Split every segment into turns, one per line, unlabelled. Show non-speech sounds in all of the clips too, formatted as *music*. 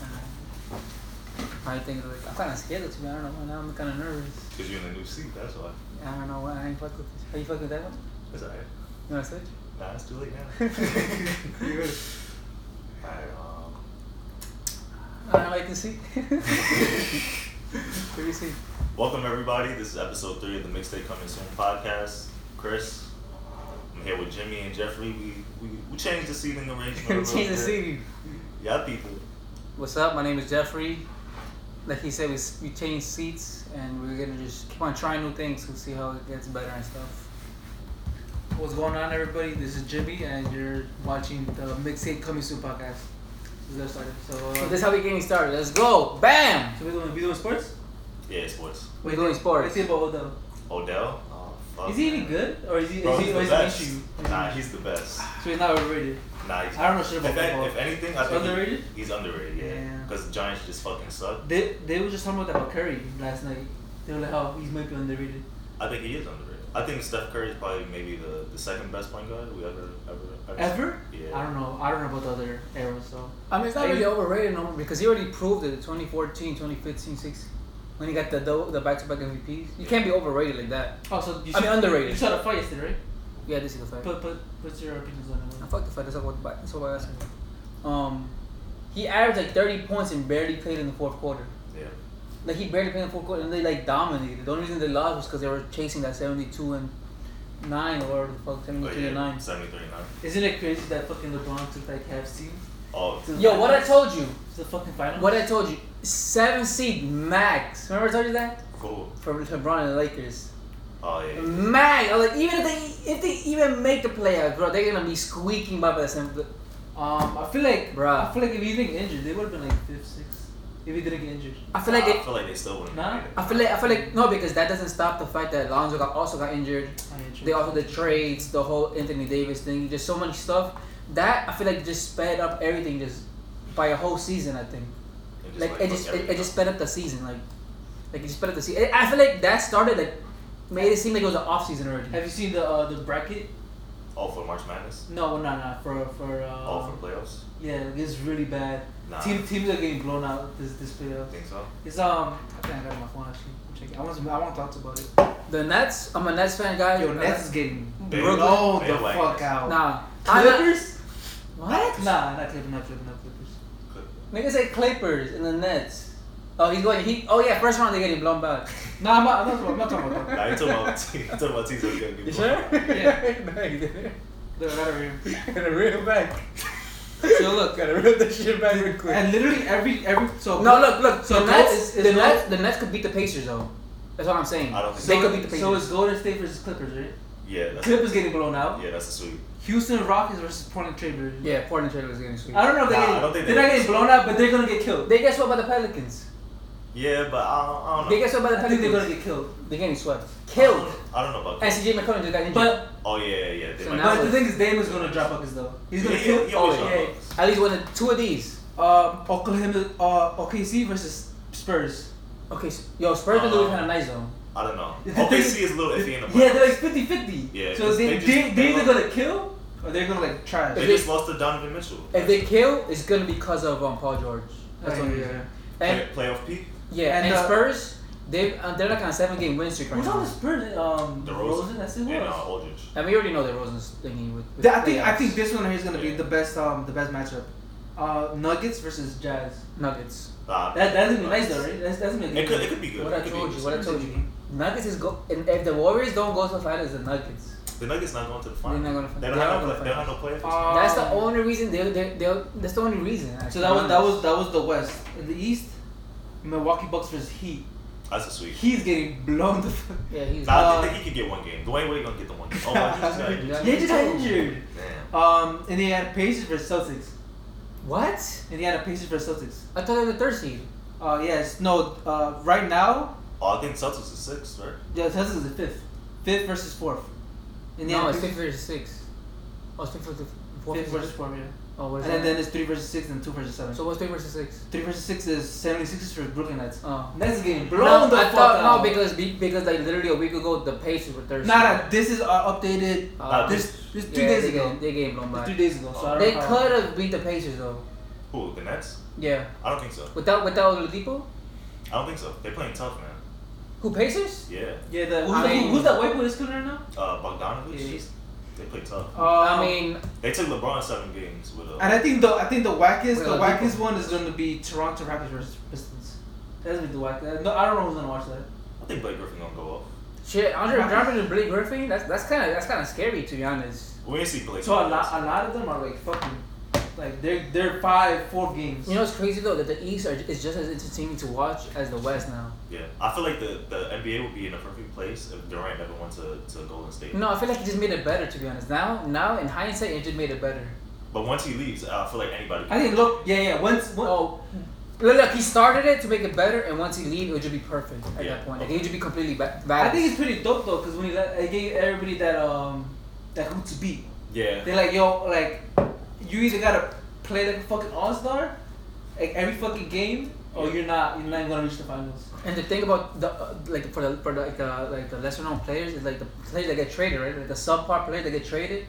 Uh, Probably thinking like I'm kind of scared of you. I don't know. why. Now I'm kind of nervous.
Cause you're in a new seat, that's why.
I don't know. why I ain't fuck with this. Are you fucking with that one?
That's alright.
You want to switch?
Nah, it's too late
*laughs*
now. *laughs* Alright, um,
I don't like this *laughs* seat. Let me see.
welcome everybody. This is episode three of the Mixtape Coming Soon podcast. Chris, I'm here with Jimmy and Jeffrey. We we, we changed the seating arrangement. a
*laughs*
little
Change the
bit.
seat.
Yeah, people.
What's up? My name is Jeffrey. Like he said, we, s- we changed seats and we're gonna just keep on trying new things. We'll see how it gets better and stuff. What's going on, everybody? This is Jimmy, and you're watching the Mixtape Coming Soon podcast.
Let's start it. So, uh,
So this is how we're getting started. Let's go! Bam!
so we're doing, we doing sports?
Yeah, sports.
We're doing sports.
Let's see about Odell.
Odell. Oh, fuck,
Is he any
man.
good? Or is he,
Bro,
is he
he's the
always an
best.
issue?
Nah, he's the best.
So he's not overrated.
Nah, he's
I don't know shit about
if, that-
football.
if anything, I think he-
Underrated?
he's underrated. Yeah,
Yeah.
because the Giants just fucking suck.
They, they were just talking about that about Curry last night. They were like, oh, he's might be underrated.
I think he is underrated. I think Steph Curry is probably maybe the, the second best point guard we ever ever
Ever?
seen. Yeah.
I don't know. I don't know about the other era, so.
I mean, it's not really overrated no more because he already proved it in 2014, 2015, 16, when he got the dou- the back to back MVPs. You can't be overrated like that.
Oh, so you
I mean,
saw-
underrated.
You saw the fight yesterday, right?
Yeah, this is the fact.
But, but what's your opinions on
I
it?
fuck the fight. That's what. That's what I asked him. Um, he averaged like thirty points and barely played in the fourth quarter.
Yeah.
Like he barely played in the fourth quarter, and they like dominated. The only reason they lost was because they were chasing that seventy-two and nine or the fuck
Oh,
seventy-three
yeah.
and nine.
73 and 9.
Isn't it crazy that fucking LeBron took that Cavs team
Oh,
to the
Yo, what I
finals?
told you.
To the fucking finals?
What I told you. Seven seed max. Remember I told you that
cool.
for LeBron and the Lakers.
Oh, yeah.
Max. I was like, even if they if they even make the playoffs, bro, they're gonna be squeaking by the same.
Um, I feel like,
Bruh.
I feel like if he didn't get injured, they would have been like fifth, sixth. If he didn't get injured.
I feel like it,
I feel like they still wouldn't.
Nah.
made it.
I feel like I feel like no because that doesn't stop the fact that Lonzo got also got injured.
I ain't
They
sure.
also the trades, the whole Anthony Davis thing, just so much stuff. That I feel like just sped up everything just by a whole season. I think
It just,
like, it just
fucked
it, it
everything
just sped up the season. Like like it just sped up the season. I feel like that started like made it seem like it was an off season already.
Have you seen the uh, the bracket?
up. All for March Madness?
No, no, no. For for uh,
Uh-huh.
All Oh, for playoffs?
yeah, it's really bad.
Nah.
Team teams are getting blown out this this playoff.
Think so?
It's um, I think I got it on my phone actually. I'm checking. I want some, I want thoughts about it.
The Nets. I'm a Nets fan, guy.
Yo, Nets is getting
They-
blown
they
the
like
fuck
this.
out.
Nah. I,
Clippers?
what?
Nah, not Clippers, not Clippers, not Clippers.
*laughs* Nigga say Clippers and the Nets. Oh, he's going. He. Oh yeah, first round they're getting blown back.
Nah, I'm not, I'm not, I'm not talking about that.
Nah, you're talking about, *laughs* you're talking about teams that are going to be
You
blown
sure?
out.
*laughs*
Yeah.
no, you didn't.
They're
*laughs*
right over here.
Gotta reel back.
So
*laughs*
look,
Gotta reel this shit back real
and literally every every so
No, look, look.
So
the Nets,
Gold is- is
the
Gold-
Nets, the Nets could beat the Pacers though. That's what I'm saying.
I don't think
So,
they could beat the
so it's
Pacers.
Golden State versus Clippers, right?
Yeah, that's,
Clippers getting blown out.
yeah, that's a sweep.
Houston Rockets versus Portland Trailblazers.
yeah, Portland Trailblazers getting swept.
I don't know if they
Nah,
get,
I don't think
they're
they-
not getting blown out, but they're gonna get killed.
They get swept by the Pelicans.
Yeah, but I don't, I don't know.
They get swept by the
I think
Pelicans.
they're gonna get killed.
They're getting swept.
I
Killed.
don't, I don't know about
And CJ McCollum just got injured.
But
Oh, yeah, yeah, yeah. They
So
might
now
but the thing is, Dame is gonna drop buckets though. He's gonna
Yeah,
kill.
he always
oh,
drop
yeah.
buckets.
at least one of two of these.
Um, Oklahoma, uh, OKC versus Spurs.
Okay, so, yo, Spurs been doing
Uh-huh.
Uh,
kind of nice though.
I don't know.
The thing
OKC
is-
is a little iffy in the playoffs.
Yeah, they're like 50-50.
Yeah,
So
they
they,
just-
they,
they
they're either
love-
gonna kill or they're gonna like try.
They
If
just
they-
lost to Donovan Mitchell.
If they kill, it's gonna be because of um, Paul George. That's
Oh,
what
yeah,
I'm
yeah.
And
Play, playoff P?
Yeah, and,
And, uh,
Spurs, they uh, they're like on a seven game win streak right
Who's on the
now.
Spurs? Um,
DeRozan.
Rosen. That's it.
And
Who
uh,
else?
Aldridge.
And we already know that Rosen's thingy with. with
Th- I think I
playoffs.
think this one here is gonna be
Yeah.
the best um the best matchup. Uh, Nuggets versus Jazz.
Nuggets.
Nah,
That that's gonna be nice though, right? That's that's gonna be. a
Uh, It
good
could,
game.
it could be good.
What I
It could be
told you,
good.
what I told you. Nuggets is go. And if the Warriors don't go to the finals, the Nuggets.
The Nuggets not going to the
They're
final.
not gonna.
They
they're
don't
not
have no.
gonna
play- They don't have
finals.
no playoff.
Uh,
That's the
Um,
only reason they they they. That's the only reason.
So
actually,
that was that was
honest.
that was the West. In the East, Milwaukee Bucks versus Heat.
That's a sweep.
He's getting blown the. Fuck.
Yeah, he's.
Nah, I
uh,
think he could get one game. Dwayne Wade gonna get the one game. Oh my, he just got injured.
Yeah.
Yeah, he just got injured.
Damn.
Um, Indiana Pacers versus Celtics.
What?
Indiana Pacers versus Celtics.
I thought they were the third seed.
Uh, yes, no. Uh, right now,
Oh, I think Celtics is six, right?
yeah, Celtics is the fifth. Fifth versus fourth.
no, it's
Pacers-
six versus six. Oh, it's three versus four.
fifth versus
versus-
fourth. Yeah.
Oh, what
And
is
then,
that?
then it's three versus six and two versus seven.
So what's three versus six?
Three versus six is 76ers versus Brooklyn Nets.
Oh.
Nets is getting
No,
blown the
I
fuck
thought
out.
no because be- because like literally a week ago the Pacers were third.
Nah,
seed.
nah, this is uh, updated.
Nah,
This this two
yeah,
days
they
ago.
Get, they getting blown
This
by.
Two days ago. So I don't
They
know how-
could have beat the Pacers though.
Who? The Nets?
Yeah,
I don't think so.
without without Oladipo.
I don't think so. They're playing tough, man.
Who Pacers?
Yeah.
Yeah, the, who's,
I
the-
mean-
who's that white boy that's killing right now?
Uh, Bogdanovich.
Yeah, he's-
they play tough.
Uh, I mean,
They took LeBron seven games with. Uh,
And I think the I think the wackest the
Well,
wackest
people-
one is gonna be Toronto Raptors versus Pistons. That's gonna be the wackest. No, I don't know who's gonna watch that.
I think Blake Griffin gonna go off.
shit, Andre Drummond and Blake Griffin. That's that's kind of that's kind of scary to be honest.
We ain't see Blake.
So uh, a lot a lot of them are like fucking like they're they're five four games.
You know, it's crazy though that the East are, is just as entertaining to watch as the West now.
Yeah, I feel like the, the NBA would be in a perfect place if Durant never went to, to Golden State.
No, I feel like it just made it better to be honest. Now, now in hindsight, it just made it better.
But once he leaves, I feel like anybody. Can
I think look yeah yeah once once
Oh, look, look, he started it to make it better, and once he leave, it would just be perfect at
Yeah.
that point. Like, it would just be completely ba- bad.
I think it's pretty dope though because when he let, it gave everybody that um that who to beat.
Yeah.
They're like, yo, like, you either gotta play like a fucking all star, like every fucking game, or you're not, you're not even gonna reach the finals.
And the thing about the uh, like for the for the, like the like the lesser known players is like the players that get traded, right? Like the subpar players that get traded,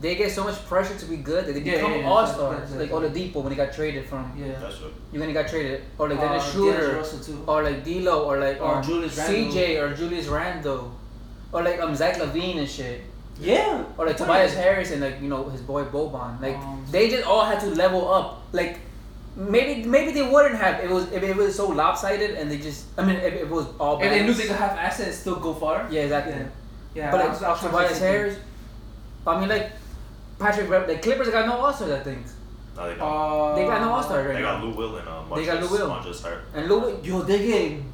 they get so much pressure to be good that they
Yeah,
become
yeah, yeah.
all stars.
That's-
Like
that's-
Oladipo when he got traded from,
Yeah.
That's true.
you when he got traded, or like
Uh,
Dennis
D'Angelo
Schroeder, Oh.
Russell, too.
or like D'Lo, or like
Or
um,
Julius
CJ or Julius Randle, or like um Zach Levine and shit,
yeah.
or like Tobias Harris and like you know his boy Boban. Like
Um,
they just all had to level up. Like maybe maybe they wouldn't have if it was if it was so lopsided and they just I mean if it was all.
If they knew
balanced.
they could have assets, and still go far.
Yeah, exactly.
Yeah. Yeah.
But
I
like
was- I was trying to
Tobias
say something.
Harris, I mean like Patrick, Bev- the Clippers got no All Stars, I think.
No, they don't.
Uh,
They got no All Stars right
they got
now.
Lou Will and uh, Marcus,
They got Lou Will.
Marcus Hart.
And Lou,
Yo, they getting,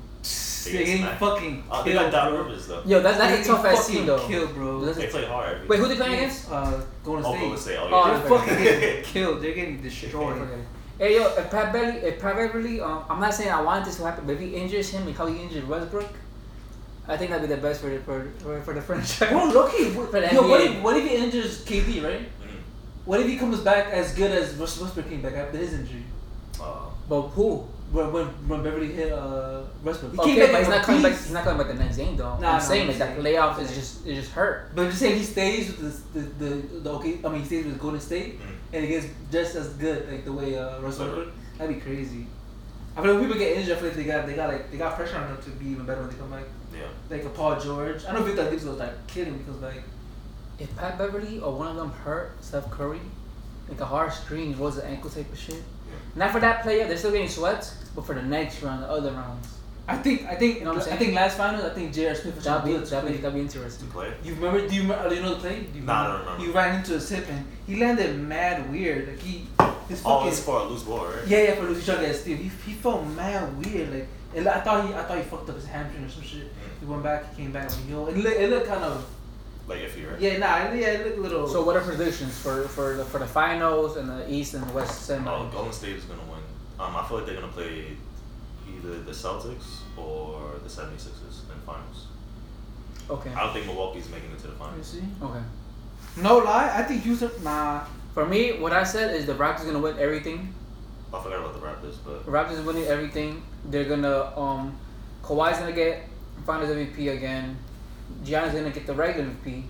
They
they
get
getting
smacked.
fucking
Uh,
killed.
they got Doc
bro.
Rivers though.
yo, that's
They
that's a
getting
tough ass
fucking
team though.
Killed, bro.
That's a-
They play hard. every-
Wait, who they playing against?
Uh, Golden
Oh,
State.
Golden State. Oh,
Oh,
yeah.
They're fucking
*laughs*
getting killed. They're getting destroyed.
Okay. Hey yo, if Pat Beverly, if Pat Beverly, um, I'm not saying I want this to happen, but if he injures him and how he injured Westbrook, I think that'd be the best for the for for, for the franchise.
Bro, Loki. What,
For the
yo, what
NBA.
if what if he injures KD, right?
Mhm.
What if he comes back as good as Russ Westbrook came back after his injury?
Uh,
But who?
When when, when Beverly hit uh Westbrook, he came
Okay,
back
but
as
he's
a
not coming back.
beast.
He's not coming back the next game though.
Nah,
I'm
nah,
saying
I'm
like that
saying-
playoff is just it just hurt.
But I'm just saying he stays with the the, the, the okay. I mean he stays with Golden State
Mhm.
and he gets just as good like the way uh, Russ
Westbrook.
Westbrook. That'd be crazy. I feel like when people get injured. I feel like they got they got like they got pressure on them to be even better when they come back.
yeah.
Like a Paul George. I know Victor Gibbs was like kidding because like
If Pat Beverly or one of them hurt Steph Curry, like a hard strain, rolls the ankle type of shit. Not for that player, they're still getting sweats, but for the next round, the other rounds,
I think I think
You know what I'm
I
saying?
think last final I think J.R. Smith was
that'd be
trying to do it.
that'd be that'd be interesting.
To play.
You remember? Do you remember? You know the play? Do you
Nah, I don't remember.
You ran into his hip and he landed mad weird. Like he, his
Oh,
fucking
it's for a loose ball, right?
yeah, yeah, for Lucy Chuck and Steve. He, he felt mad weird. Like and I thought he, I thought he fucked up his hamstring or some shit. He went back, he came back, and yo, it looked, it looked kind of
Like if you're.
yeah, nah, it- yeah, it looked a little.
So what are predictions for for the, for the finals and the East and the West semi?
Oh, Golden State is gonna win. Um, I feel like they're gonna play either the Celtics or the 76ers in finals.
Okay.
I don't think Milwaukee's making it to the
Let me
finals.
see.
Okay.
No lie, I think Houston. Nah,
For me, what I said is the Raptors gonna win everything.
I forgot about the Raptors, but
Raptors winning everything. They're gonna um, Kawhi's gonna get Finals MVP again. Giannis gonna get the regular MVP,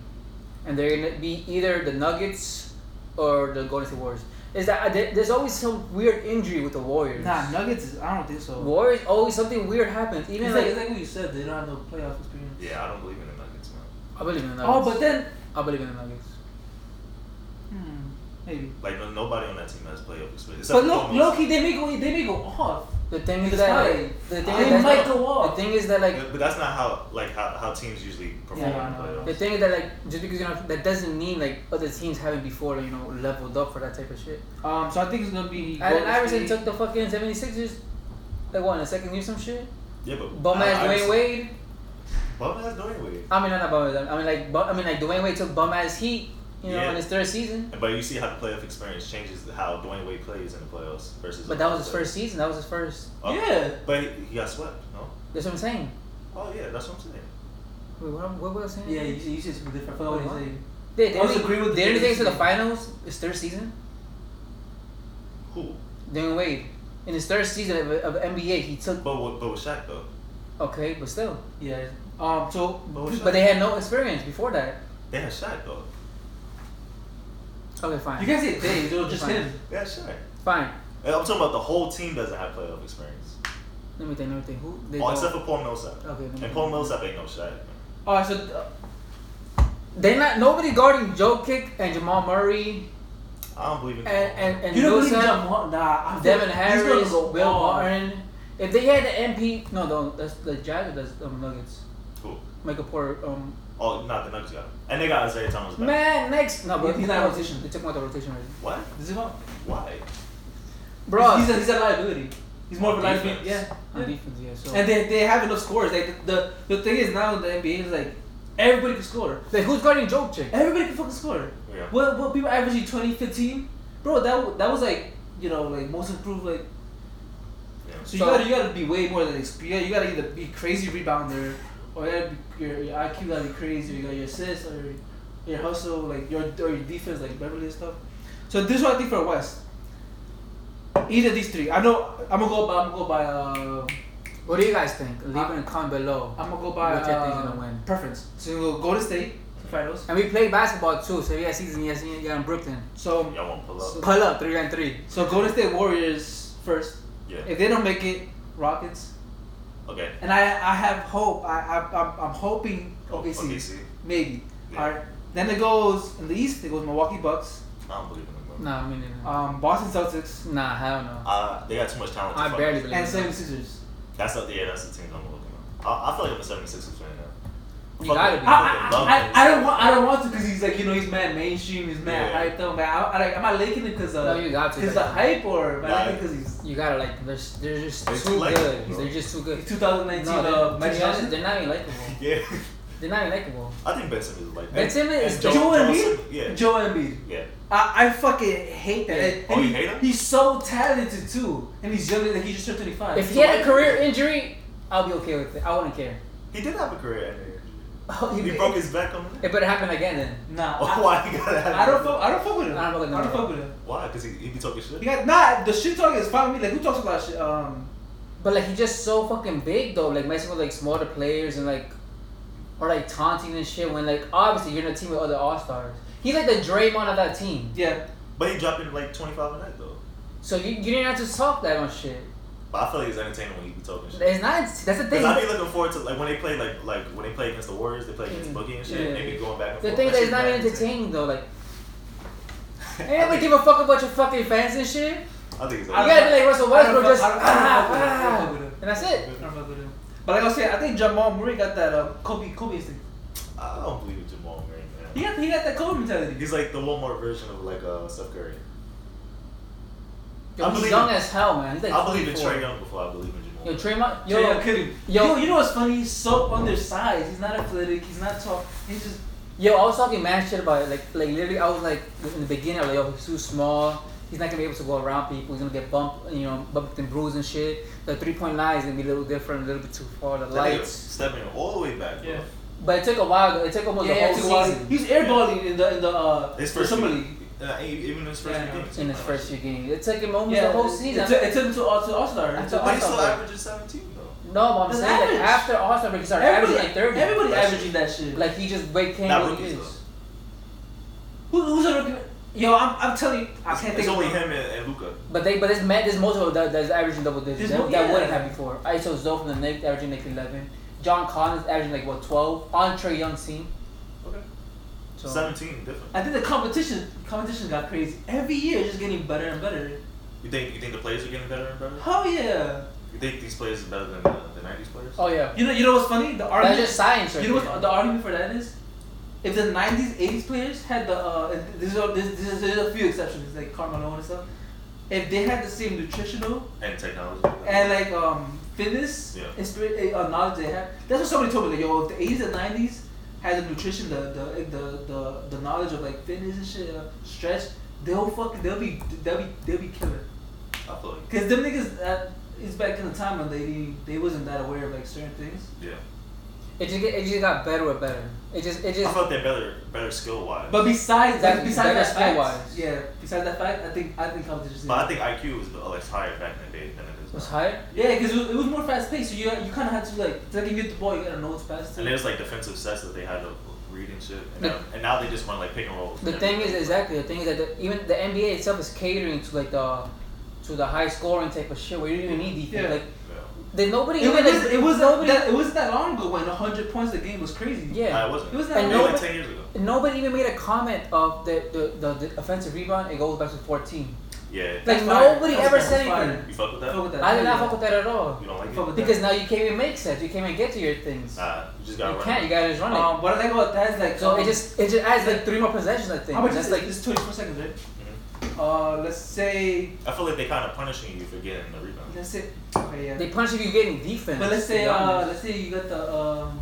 and they're gonna be either the Nuggets or the Golden State Warriors. Is that uh, there- there's always some weird injury with the Warriors?
nah, Nuggets. Is, I don't think so.
Warriors always something weird happens. Even
It's like,
like,
it's like what you said. They don't have no playoff experience.
yeah, I don't believe in the Nuggets, man.
I believe in the
Oh,
Nuggets.
but then
I believe in the Nuggets.
hmm, maybe.
Like no, nobody on that team has playoff experience. Except
But
for
look,
Gomez.
look, he- they may go, they may go off.
The thing
It's
is that
fine.
like, the thing
They
is that's
might
not-
go off.
The thing is that like
Yeah, but that's not how like how, how teams usually perform
Yeah,
in the
I know.
playoffs.
The thing is that like just because you know that doesn't mean like other teams haven't before you know leveled up for that type of shit.
Um, so I think it's gonna be.
Allen
Golden
Iverson
State.
took the fucking 76ers like what in the second year some shit.
Yeah, but
Bum ass
I- I
Dwayne
just-
Wade.
Bum ass Dwayne Wade.
I mean not, not bum ass. I mean like bum, I mean like Dwayne Wade took bum ass Heat. You know
Yeah.
in his third season,
But you see how the playoff experience changes how Dwayne Wade plays in the playoffs versus.
but that was his first season. That was his first.
Oh,
Yeah.
But he, he got swept. No.
That's what I'm saying.
Oh yeah, that's what I'm saying.
Wait, what, what was I saying?
Yeah, you, you said something different. I forgot what
Wait,
you said.
They, they
I was
only,
agree with
the
the
only thing to the
season.
finals is third season.
Who?
Dwayne Wade in his third season of, of NBA he took
But with, but with Shaq though.
okay, but still,
Yeah. Um. So.
But with Shaq,
but they had no experience before that.
they had Shaq though.
Okay, fine.
You guys say they. It was just
Fine.
him.
They had Shaq.
Fine.
And I'm talking about the whole team doesn't have playoff experience.
Let me think. Let me think. Who? They
Oh,
don't-
except for Paul Millsap.
okay. let me
And
think.
Paul Millsap ain't no Shaq.
Oh, so uh,
They not nobody guarding Joe Kick and Jamal Murray
I don't believe in
and and and
you don't believe
Millsap,
Jamal? Nah, I feel
Devin
he's
Harris,
gonna go
Bill
off.
Martin. If they had the MP, no, no, that's the Jazz. or That's um, Nuggets.
Who?
Michael Porter. Um,
Oh, not the Nuggets got him. And they got Isaiah Thomas back.
man, next no, but
He's
he's
not
not
out.
rotation. They took him out the rotation already,
What?
Does he want?
Why?
bro.
he's, he's a, he's a liability. He's more of a
On
liability.
defense.
Yeah.
on
yeah.
defense, yeah. So
And they, they have enough scores. Like the, the the thing is now in the NBA is like everybody can score.
like, who's guarding Joe Kick?
Everybody can fucking score.
Yeah.
What what people averaging 2015, bro? That wa- that was like you know like most improved like.
Yeah.
So, you
So-
gotta you gotta be way more than experience. You gotta either be crazy rebounder, or you gotta be, your, your IQ gotta be crazy. Or you got your assists or your, your hustle like your or your defense like Beverly and stuff. So this is what I think for West. Either these three. I know I'm gonna go by I'm gonna go by uh,
What do you guys think? Leave
I-
it in comment below.
I'm gonna go by
Which I think is
uh,
gonna win.
preference. So we'll go to state finals.
And we play basketball too, so if you got season, yes, you got in Brooklyn.
So
Y'all want to pull up?
So-
Pull up three and three.
so Golden State Warriors first.
yeah.
If they don't make it, Rockets.
Okay.
And I, I have hope. I, I I'm, I'm hoping OKC
OKC.
maybe.
Yeah.
All right. Then it goes in the East. It goes Milwaukee Bucks,
I don't believe in them. bro.
Nah, I mean, nah.
um, Boston Celtics,
Uh, nah, hell no.
Uh, they got too much talent. To
I
fuck
barely
with.
believe.
and
in that.
76ers.
That's not the yeah. That's the teams I'm looking at. I, I feel like I'm a 76ers fan now.
You
Fuck
gotta
it.
be.
I,
fucking love
I,
it.
I, I don't want I don't want to because he's like you know he's mad mainstream he's mad
Yeah.
hyped up but I, I like am I liking it because
No,
uh
you got to.
because the hype or am I
Nah.
liking because he's
You gotta like. They're, s- they're just
They're
too
likable,
good.
bro.
They're just too good.
2019
No, they're,
uh,
to
Magic
be honest,
Johnson?
they're not even likable.
Yeah. *laughs*
They're not even likable.
I think Ben Simmons is like.
Ben Simmons
and
is-
Joe,
Joel
Joel
Embiid?
Sim- Yeah.
Joe Embiid.
Yeah.
I, I fucking hate that.
Yeah.
And-
Oh,
and
you
he-
hate him?
He's so talented too, and he's younger. Like he just turned twenty five.
If he had a career injury, I'll be okay with it. I wouldn't care.
He did have a career ending.
Oh,
He broke his back on
*laughs*
it.
It better happen again then.
nah,
*laughs*
I,
Why he gotta have?
I don't fuck. I don't fuck with him.
I don't fuck with him.
I don't fuck with him.
Why? Cause he, he be talking shit.
He got nah. The shit talking is fine with me. Like who talks a lot of shit? Um,
But like he's just so fucking big though, like messing with like smaller players and like or like taunting and shit when like obviously you're in a team with other all stars. He's like the Draymond of that team.
yeah.
But he dropping like 25 a night though.
So you, you didn't have to talk that much shit.
But I feel like it's entertaining when he be talking shit.
It's not that's the
Cause
thing.
I be looking forward to like when they play like like when they play against the Warriors, they play against
Mm.
Boogie and shit.
Yeah.
They be going back and
The
forth.
thing
That
that
shit
is not
mad *laughs*
even entertaining though, like ain't nobody give a fuck about your fucking fans and shit. You
I think it's.
I
gotta be like Russell
I
Westbrook,
don't fuck-
just
I don't-
ah,
I don't fuck with him.
ah, and that's it.
I don't fuck with him. But like I was saying, I think Jamal Murray got that uh, Kobe Kobe instinct.
I don't believe in Jamal Murray, man.
He got he got that Kobe mentality.
He's like the Walmart version of like uh, Steph Curry.
Yo,
I
he's
believe
young
in-
as hell, man. He's like
I believe in
24.
Trey Young before I believe in Jamal.
Yo,
Murray.
Trey, yo,
Yo, yeah, I'm kidding.
yo.
yo, you know what's funny? He's so undersized. He's not athletic. He's not tall. He's just
Yo, I was talking mad shit about it. Like, like literally, I was like, in the beginning, I was like, yo, he's too small. He's not gonna be able to go around people. He's gonna get bumped, you know, bumped and bruised and shit. The three point line is gonna be a little different, a little bit too far. The
That nigga
lights,
stepping all the way back. Bro.
Yeah.
but it took a while. though. It took almost
yeah,
the
to
whole
Wally.
season
He was airballing in the in the uh
His
the
first
summer league.
few- uh, e- even his first
Yeah,
few
yeah.
games.
in his first few games. It took him almost the whole season.
It took, it took him to all to All Star.
I took-
But he still
All-Star.
averages 17 though.
no, but I'm
That's
saying like
average.
after All Star break, he started
Everybody,
averaging like thirty.
everybody
That's-
averaging that shit. Like
like he just like came
Not
what he
rookies,
is.
who, who's a rookie? Yo, I'm, I'm telling you, I
It's,
can't
it's
think.
only
of
him and, and Luca.
But they, but there's man, there's multiple that, that's averaging double digits.
There's
That,
mo-
that
yeah.
wouldn't have before. Iso Zoe from the Knicks averaging like 11. John Collins averaging like what 12. Andre Young's team.
Okay.
So
17, different.
I think the competition competition got crazy. Every year, it's just getting better and better.
You think you think the players are getting better and better?
Hell yeah!
You think these players are better than the, the 90s players?
Oh yeah.
You know, you know what's funny? The
That's
argument.
just science, right?
you know
there.
what the argument for that is? If the '90s, '80s players had the uh, and this is a- this, this is there's a few exceptions like Carmelo and stuff. If they had the same nutritional
And technology.
and like um fitness
Yeah.
and spirit uh, knowledge they have. That's what somebody told me. Like yo, if the eighties and nineties had the nutrition, the the, eh, the the the knowledge of like fitness and shit, uh, stress. They'll fucking they'll be they'll be they'll be killing.
I feel like,
Cause them niggas that is back in the time when they didn't- they wasn't that aware of like certain things.
yeah.
It just get- it just got better and better. It just it
I
just
feel like they're better, better skill wise.
But besides that,
That-
besides
that's
that fact,
skill-wise.
yeah, besides that fact, I think I think competition.
But I think IQ was uh, like higher back in the day than it is.
was
now.
higher.
yeah, cause it was, it was more fast paced. So you you kind of had to like, it's like if you get the ball, you gotta know it's fast.
And there's like defensive sets that they had to read and shit. And,
The-
now, and now they just run like pick and rolls.
The
and
thing is
everything.
exactly the thing is that the, even the NBA itself is catering to like the to the high score and type of shit where you didn't even need defense.
Yeah.
Like then nobody
It was,
even
it was, it was
nobody
that, it was that long ago when 100 points a game was crazy.
yeah.
Nah, it wasn't.
It was
And
Maybe
no-
like ten years ago.
Nobody even made a comment of the the, the, the offensive rebound. It goes back to 14.
Yeah.
Like
That's fire.
nobody
That's-
ever
that's
said
fire.
anything.
You fuck with that?
Fuck with that.
I did
Hell
not fuck with that at all
You don't like
Fuck
it?
with
because now you can't even make sense. You can't even get to your things. You
Nah, you just gotta run.
can't. You gotta just run it.
Um, what I think about that is like
So
um,
it just it just adds like three more possessions. I think.
how much
That's
is
like
like it's 24 seconds, right? Uh, let's say
Mm-hmm. I feel like they kind of punishing you for getting the rebound.
let's say okay, yeah.
they punch if you get any defense.
But let's
to
say
be
uh,
honest.
let's say you got the um,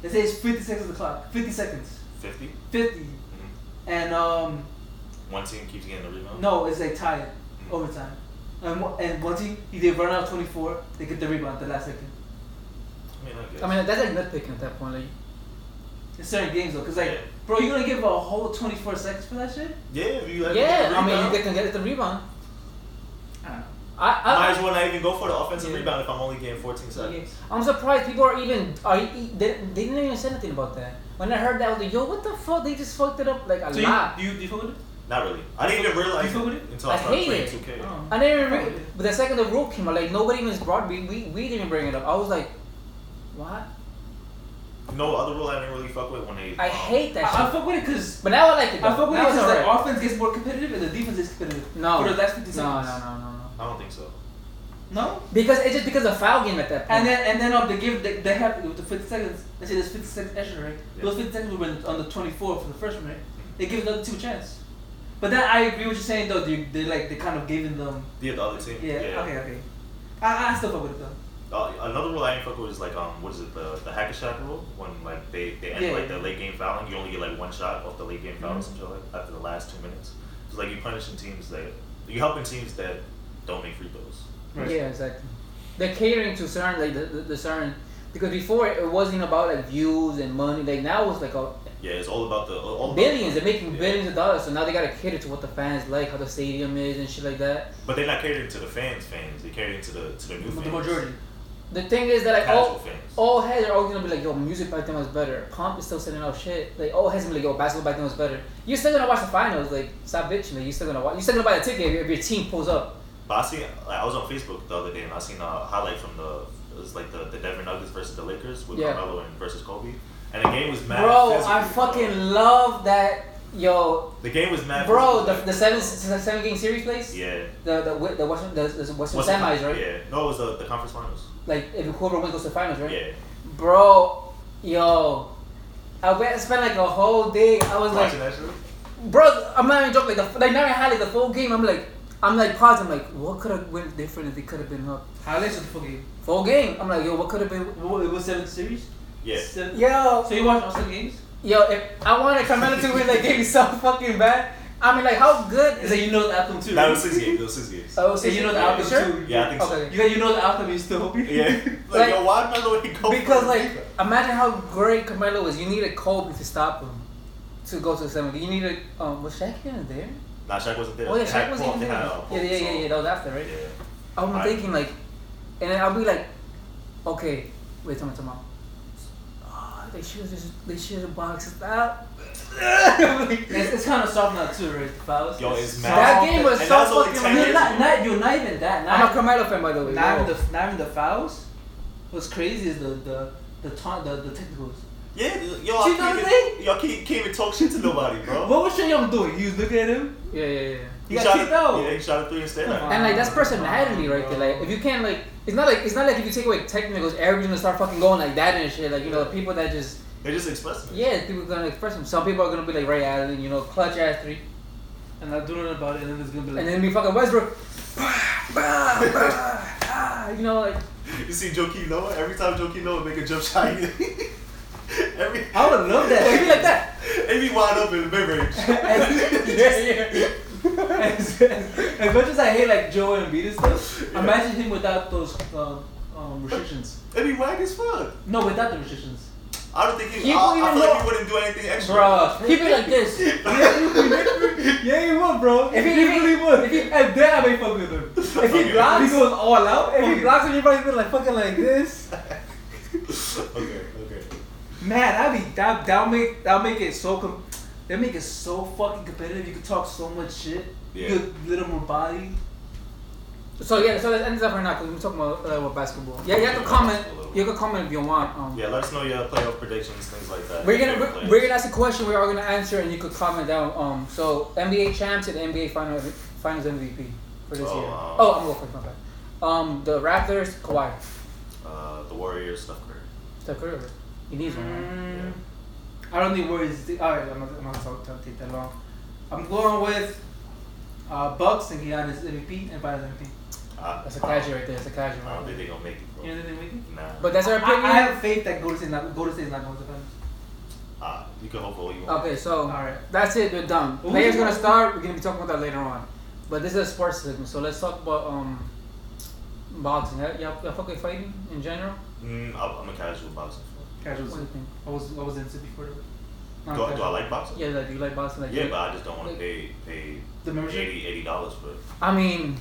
let's say it's 50 seconds of the clock, 50 seconds,
50?
50, and um,
Mm-hmm. One team keeps getting the rebound?
no, it's like tied, overtime, and one- and one team either run out 24, they get the rebound at the last second.
I mean, I guess.
I mean that's like nitpicking at that point. Like
In certain games though, cause like,
Yeah.
bro, you gonna give a whole 24 seconds for that shit?
yeah, if you like, get
yeah,
the
I mean
rebound,
you can get the rebound.
I don't know.
I, I
Might as well not even go for the offensive
Yeah.
rebound if I'm only getting 14
Yeah.
seconds.
I'm surprised people are even are e- they, they didn't even say anything about that. When I heard that, I was like, yo, what the fuck? They just fucked it up like a
So
lot.
you do you, do you fuck with it?
Not really. I didn't even
You
realize
fuck with
it
it?
until
I
I started
hate
playing
it.
2K.
Oh.
I didn't even re- but the second the rule came out, like nobody even brought we we, we didn't even bring it up. I was like, what?
You know what other rule I didn't really fuck with? When they,
I
um,
hate that
I, I
shit.
fuck with it cause
But now I like it.
I
though.
fuck with it
Now it's
because
alright.
the offense gets more competitive and the defense is competitive.
no.
For the last 50 seconds.
no, no, no, no, no.
I don't think so.
No?
Because it's just because of foul game at that point.
And then and then on the give they, they have with the 50 seconds. Let's say there's 50 seconds extra, right?
Yeah.
Those 50 seconds were on the 24 for the first one, right? They give the other two a chance. But then I agree with you saying though. They, they like they kind of giving them.
Yeah, the other team.
Yeah. Okay. Okay. I, I still fuck with it though.
Uh, another rule I didn't fuck with is like um what is it the the hack a shot rule when like they, they end
Yeah.
like the late game fouling you only get like one shot off the late game foul or something like after the last two minutes. It's like you punishing teams that you helping teams that don't make free throws.
Yeah, exactly. They're catering to certain like the, the, the certain because before it wasn't about like views and money. Like now it's like a
Yeah, it's all about the all about-
billions. They're making
Yeah.
billions of dollars, so now they gotta cater to what the fans like, how the stadium is, and shit like that.
But they're not catering to the fans. Fans, they're catering to the to the new
The
fans.
majority.
The thing is that like
casual
all
fans.
all heads are always gonna be like, yo, music back then was better. Pump is still sending out shit. Like all heads gonna be like, yo, basketball back then was better. You're still gonna watch the finals. Like stop bitching. Like, you're still gonna watch. You're still gonna buy a ticket if, if your team pulls up.
But I seen like, I was on Facebook the other day and I seen a highlight from the it was like the the Denver Nuggets versus the Lakers with
Yeah.
Carmelo and versus Kobe, and the game was mad.
Bro, I
physical, bro.
fucking love that. Yo,
The game was mad.
bro, the,
physical.
the seven the seven game series place.
yeah.
the the wi- the Western the, the Western
What's the-
semis, right?
Yeah. No, it was the, the conference finals.
Like if whoever wins goes to finals, right?
Yeah.
Bro, yo, I went and spent like a whole day. I was
Watching
like,
that shit.
bro, I'm not even joking. Like the like now I had like the full game. I'm like, I'm like pausing. like, what could have went different if it could have been up
Highlights of the full game.
full game? I'm like, yo, what could have been?
What, it was seven series.
Yeah.
Seven.
Yo,
So you watched all seven games?
yo, if I wanted Carmelo to win that game so fucking bad. I mean, like, how good is
Is
it?
that you know the outcome too?
That
right?
was six games. That was six games.
Oh,
So you know the
Yeah,
outcome
you
too.
Yeah, I think so.
Okay.
You got you know the outcome. You still hope you.
*laughs* Yeah. Like,
Like-
yo, why Melo ain't go? for
Because
it?
like, imagine how great Carmelo was. You needed Kobe to stop him to go to the seventh. You needed um, was Shaq even there?
Nah, Shaq wasn't there.
Oh yeah,
They
Shaq
had
was
Paul,
even
they
there.
had, uh,
Yeah,
Paul,
yeah, yeah, yeah. That was after, right?
so- Yeah.
I'm
I-
thinking like, and then I'll be like, okay, wait, time out, time out. Ah, They should just they should have boxed it out.
*laughs* It's, it's kind of soft now too, right? The fouls.
Yo, it's mad.
that game was
And
so
that's only
fucking.
10
You're
weird.
years.
not, not, you're not even that. Not,
I'm a Carmelo fan, by the way.
Not
yo.
even the not even the fouls. What's crazy is the the the taunt, the, the technicals.
Yeah, yo, you
know what I'm saying?
Y'all can't, can't even talk shit to nobody,
*laughs*
bro.
What was Shane Young doing? He was looking at him.
yeah, yeah, yeah.
He
shot
got
a,
kicked out.
Yeah, he shot a three instead.
Come on.
And like that's personality right there. Like if you can't like, it's not like it's not like if you take away technicals, everybody's gonna start fucking going like that and shit. Like you know, the people that just
They're just expressing. it.
Yeah, people gonna express them. Some people are gonna be like Ray Allen, you know, clutch ass three,
And not doing nothing about it. And then it's gonna be
and
like.
then be fucking Westbrook. *laughs* Bah, bah, bah, ah, you know, like
You see Joakim Noah? Every time Joakim Noah make a jump shot, he- *laughs* every
I would love
*laughs* it'd be
that.
like
*laughs*
that.
if he wind up in the mid-range.
yeah,
as, as much as I hate like Joe and Embiid and stuff, imagine him without those um, um, restrictions.
It'd be whack as fuck.
No, without the
*laughs*
restrictions.
I don't think he.
He
I,
won't
I
even
feel like
know.
he wouldn't do anything extra.
bro. Keep it like *laughs* this.
Yeah, he would, bro.
If he-
he
if he-
really would. and then I may fuck with him.
If he
Okay.
He
blocks,
goes all out.
if
fuck
he
it.
blocks, everybody's been like fucking like this.
*laughs* okay, okay.
Man, I be that that'll make that'll make it so com- they make it so fucking competitive. You can talk so much shit.
Yeah.
You get a little more body.
So yeah, so let's end this up right now because we're talking about, uh, about basketball. Yeah, you have to comment. You can comment if you want. Um,
Yeah, let us know your playoff predictions, things like that.
We're gonna
Favorite
we're,
players.
we're gonna ask a question. We're all gonna answer, and you could comment down. Um, so NBA champs and NBA final, finals MVP for this
Oh,
year.
wow.
Oh, I'm going first. My bad. Um, the Raptors, Kawhi,
uh, the Warriors, Steph Curry.
Steph Curry. He needs one. Right?
Mm, I don't think worries. Alright, I'm not, I'm not going to take that long. I'm going with uh, Bucks and Giannis MVP and Finals MVP.
I,
That's a
I,
casual right there. That's a casual.
Uh, I don't think they're gonna make it, bro.
You know what I mean?
Nah.
But that's our
I,
opinion.
I have faith that Golden State not Golden State is not going to the finals.
uh, you can hope for all you want.
okay, so
Alright.
that's it. We're done.
Who's
Players
the-
gonna start. We're gonna be talking about that later on. But this is a sports segment, so let's talk about um boxing. Y'all, y'all y'all fuck with fighting in general.
Mm, I, I'm a casual boxing fan.
Casual.
What do you think?
I was I was into before the. not
Do, I- do I
casual.
like boxing?
Yeah, like, do you like boxing? Like,
Yeah,
you-
but I just don't want to pay pay
The membership?
eighty eighty dollars for uh, it.
I mean,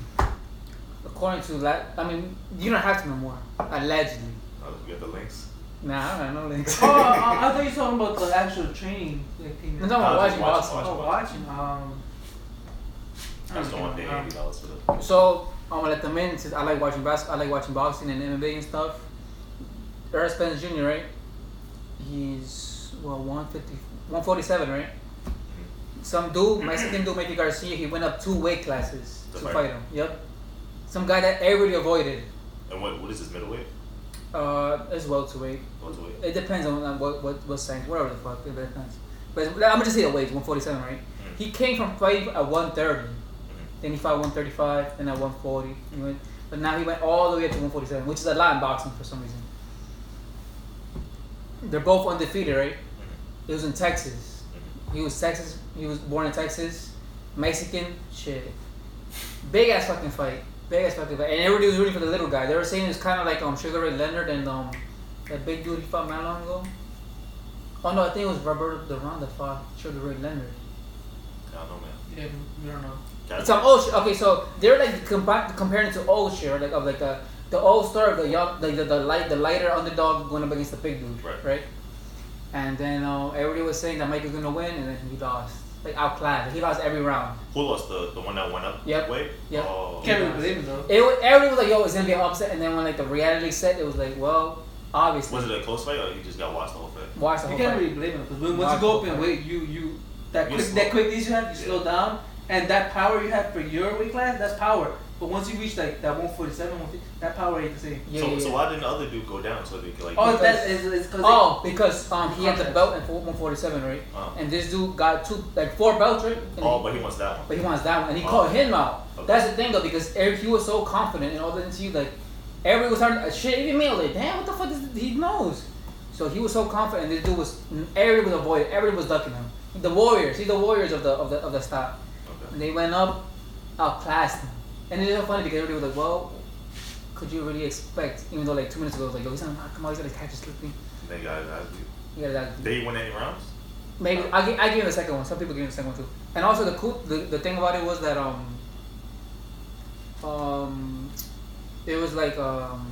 according to that, I mean, you don't have to know more. Allegedly.
Uh, you got the links.
Nah, I don't know. Like,
Oh, *laughs* I, I thought you were talking about the actual training like thing.
No, no,
I'll
watch
just
it,
watch
watch
it.
it.
Oh, watching. Um,
I just don't want to pay
know. um,
eighty dollars for it.
so I'm gonna let them in since I like watching bas- I like watching boxing and MMA and stuff. Errol Spence Jr. Right? He's well 150, 147, right?
Mm-hmm.
Some dude, Mexican dude, Mickey Garcia, he went up two weight classes
To
to
fight
fight him. Yep. Some guy that everybody avoided.
And what what is this middleweight?
Uh, as well to weight.
What's the weight?
It depends on uh, what what what saying whatever the fuck it depends. But I'm gonna just say the weight, one forty seven, right?
Mhm.
He came from fighting at one thirty,
Mhm.
then he fought one thirty five, then at one forty, he went. But now he went all the way up to one forty seven, which is a lot in boxing for some reason. They're both undefeated, right? He was in Texas.
Mm-hmm.
He was Texas. He was born in Texas. Mexican shit. Big ass fucking fight. Big ass fucking fight. And everybody was rooting for the little guy. They were saying it was kind of like um Sugar Ray Leonard and um that big dude he fought not long ago. Oh no, I think it was Roberto Duran that fought Sugar Ray Leonard.
I don't know, man.
Yeah, we don't know.
Gotta
It's some old shit. Okay, so they're like compa- comparing it to old shit, right? like of like the the old story of the young, like the, the light, the lighter underdog going up against the big dude,
Right.
And then uh, everybody was saying that Mike was gonna win, and then he lost, like outclassed. He lost every round.
Who lost the the one that went up?
Yep.
Weight.
Yep.
Oh,
Can't really believe it though.
It wa- everybody was like, "Yo, it's gonna be an upset," and then when like the reality set, it was like, "Well, obviously."
Was it a close fight or you just got watched the whole fight?
Watch the
You
whole
can't
fight.
really blame him because when, once you go up and weight, you you that
You
quick
slow.
that quickness you have, you
Yeah.
slow down, and that power you have for your weight class, that's power. But once you reach like that 147, 150, that power ain't the same.
Yeah,
so
yeah,
so
yeah.
why didn't the other dude go down so they could like?
Oh,
Because-
that is it's because
Oh, because um, he had the belt at 147, right?
Oh.
And this dude got two, like four belts, right? And
oh,
he-
but he wants that one.
But he wants that one, and he
Oh.
called him out.
Okay.
That's the thing though, because Eric, he was so confident and all that, and he like, everybody was starting to shit. Even me, I was like, damn, what the fuck? Is, he knows. So he was so confident. This dude was everybody was avoiding, everybody was ducking him. The Warriors, he's the Warriors of the of the of the stop.
Okay.
And they went up, outclassed him. And it's so funny because everybody was like, well, could you really expect? Even though like two minutes ago, it was like, yo, he's gonna knock him out, he's gonna catch this thing.
They got that dude.
He got that.
Did he win any rounds?
Maybe I give, I give him the second one. Some people give him the second one too. And also the cool the, the thing about it was that um um it was like um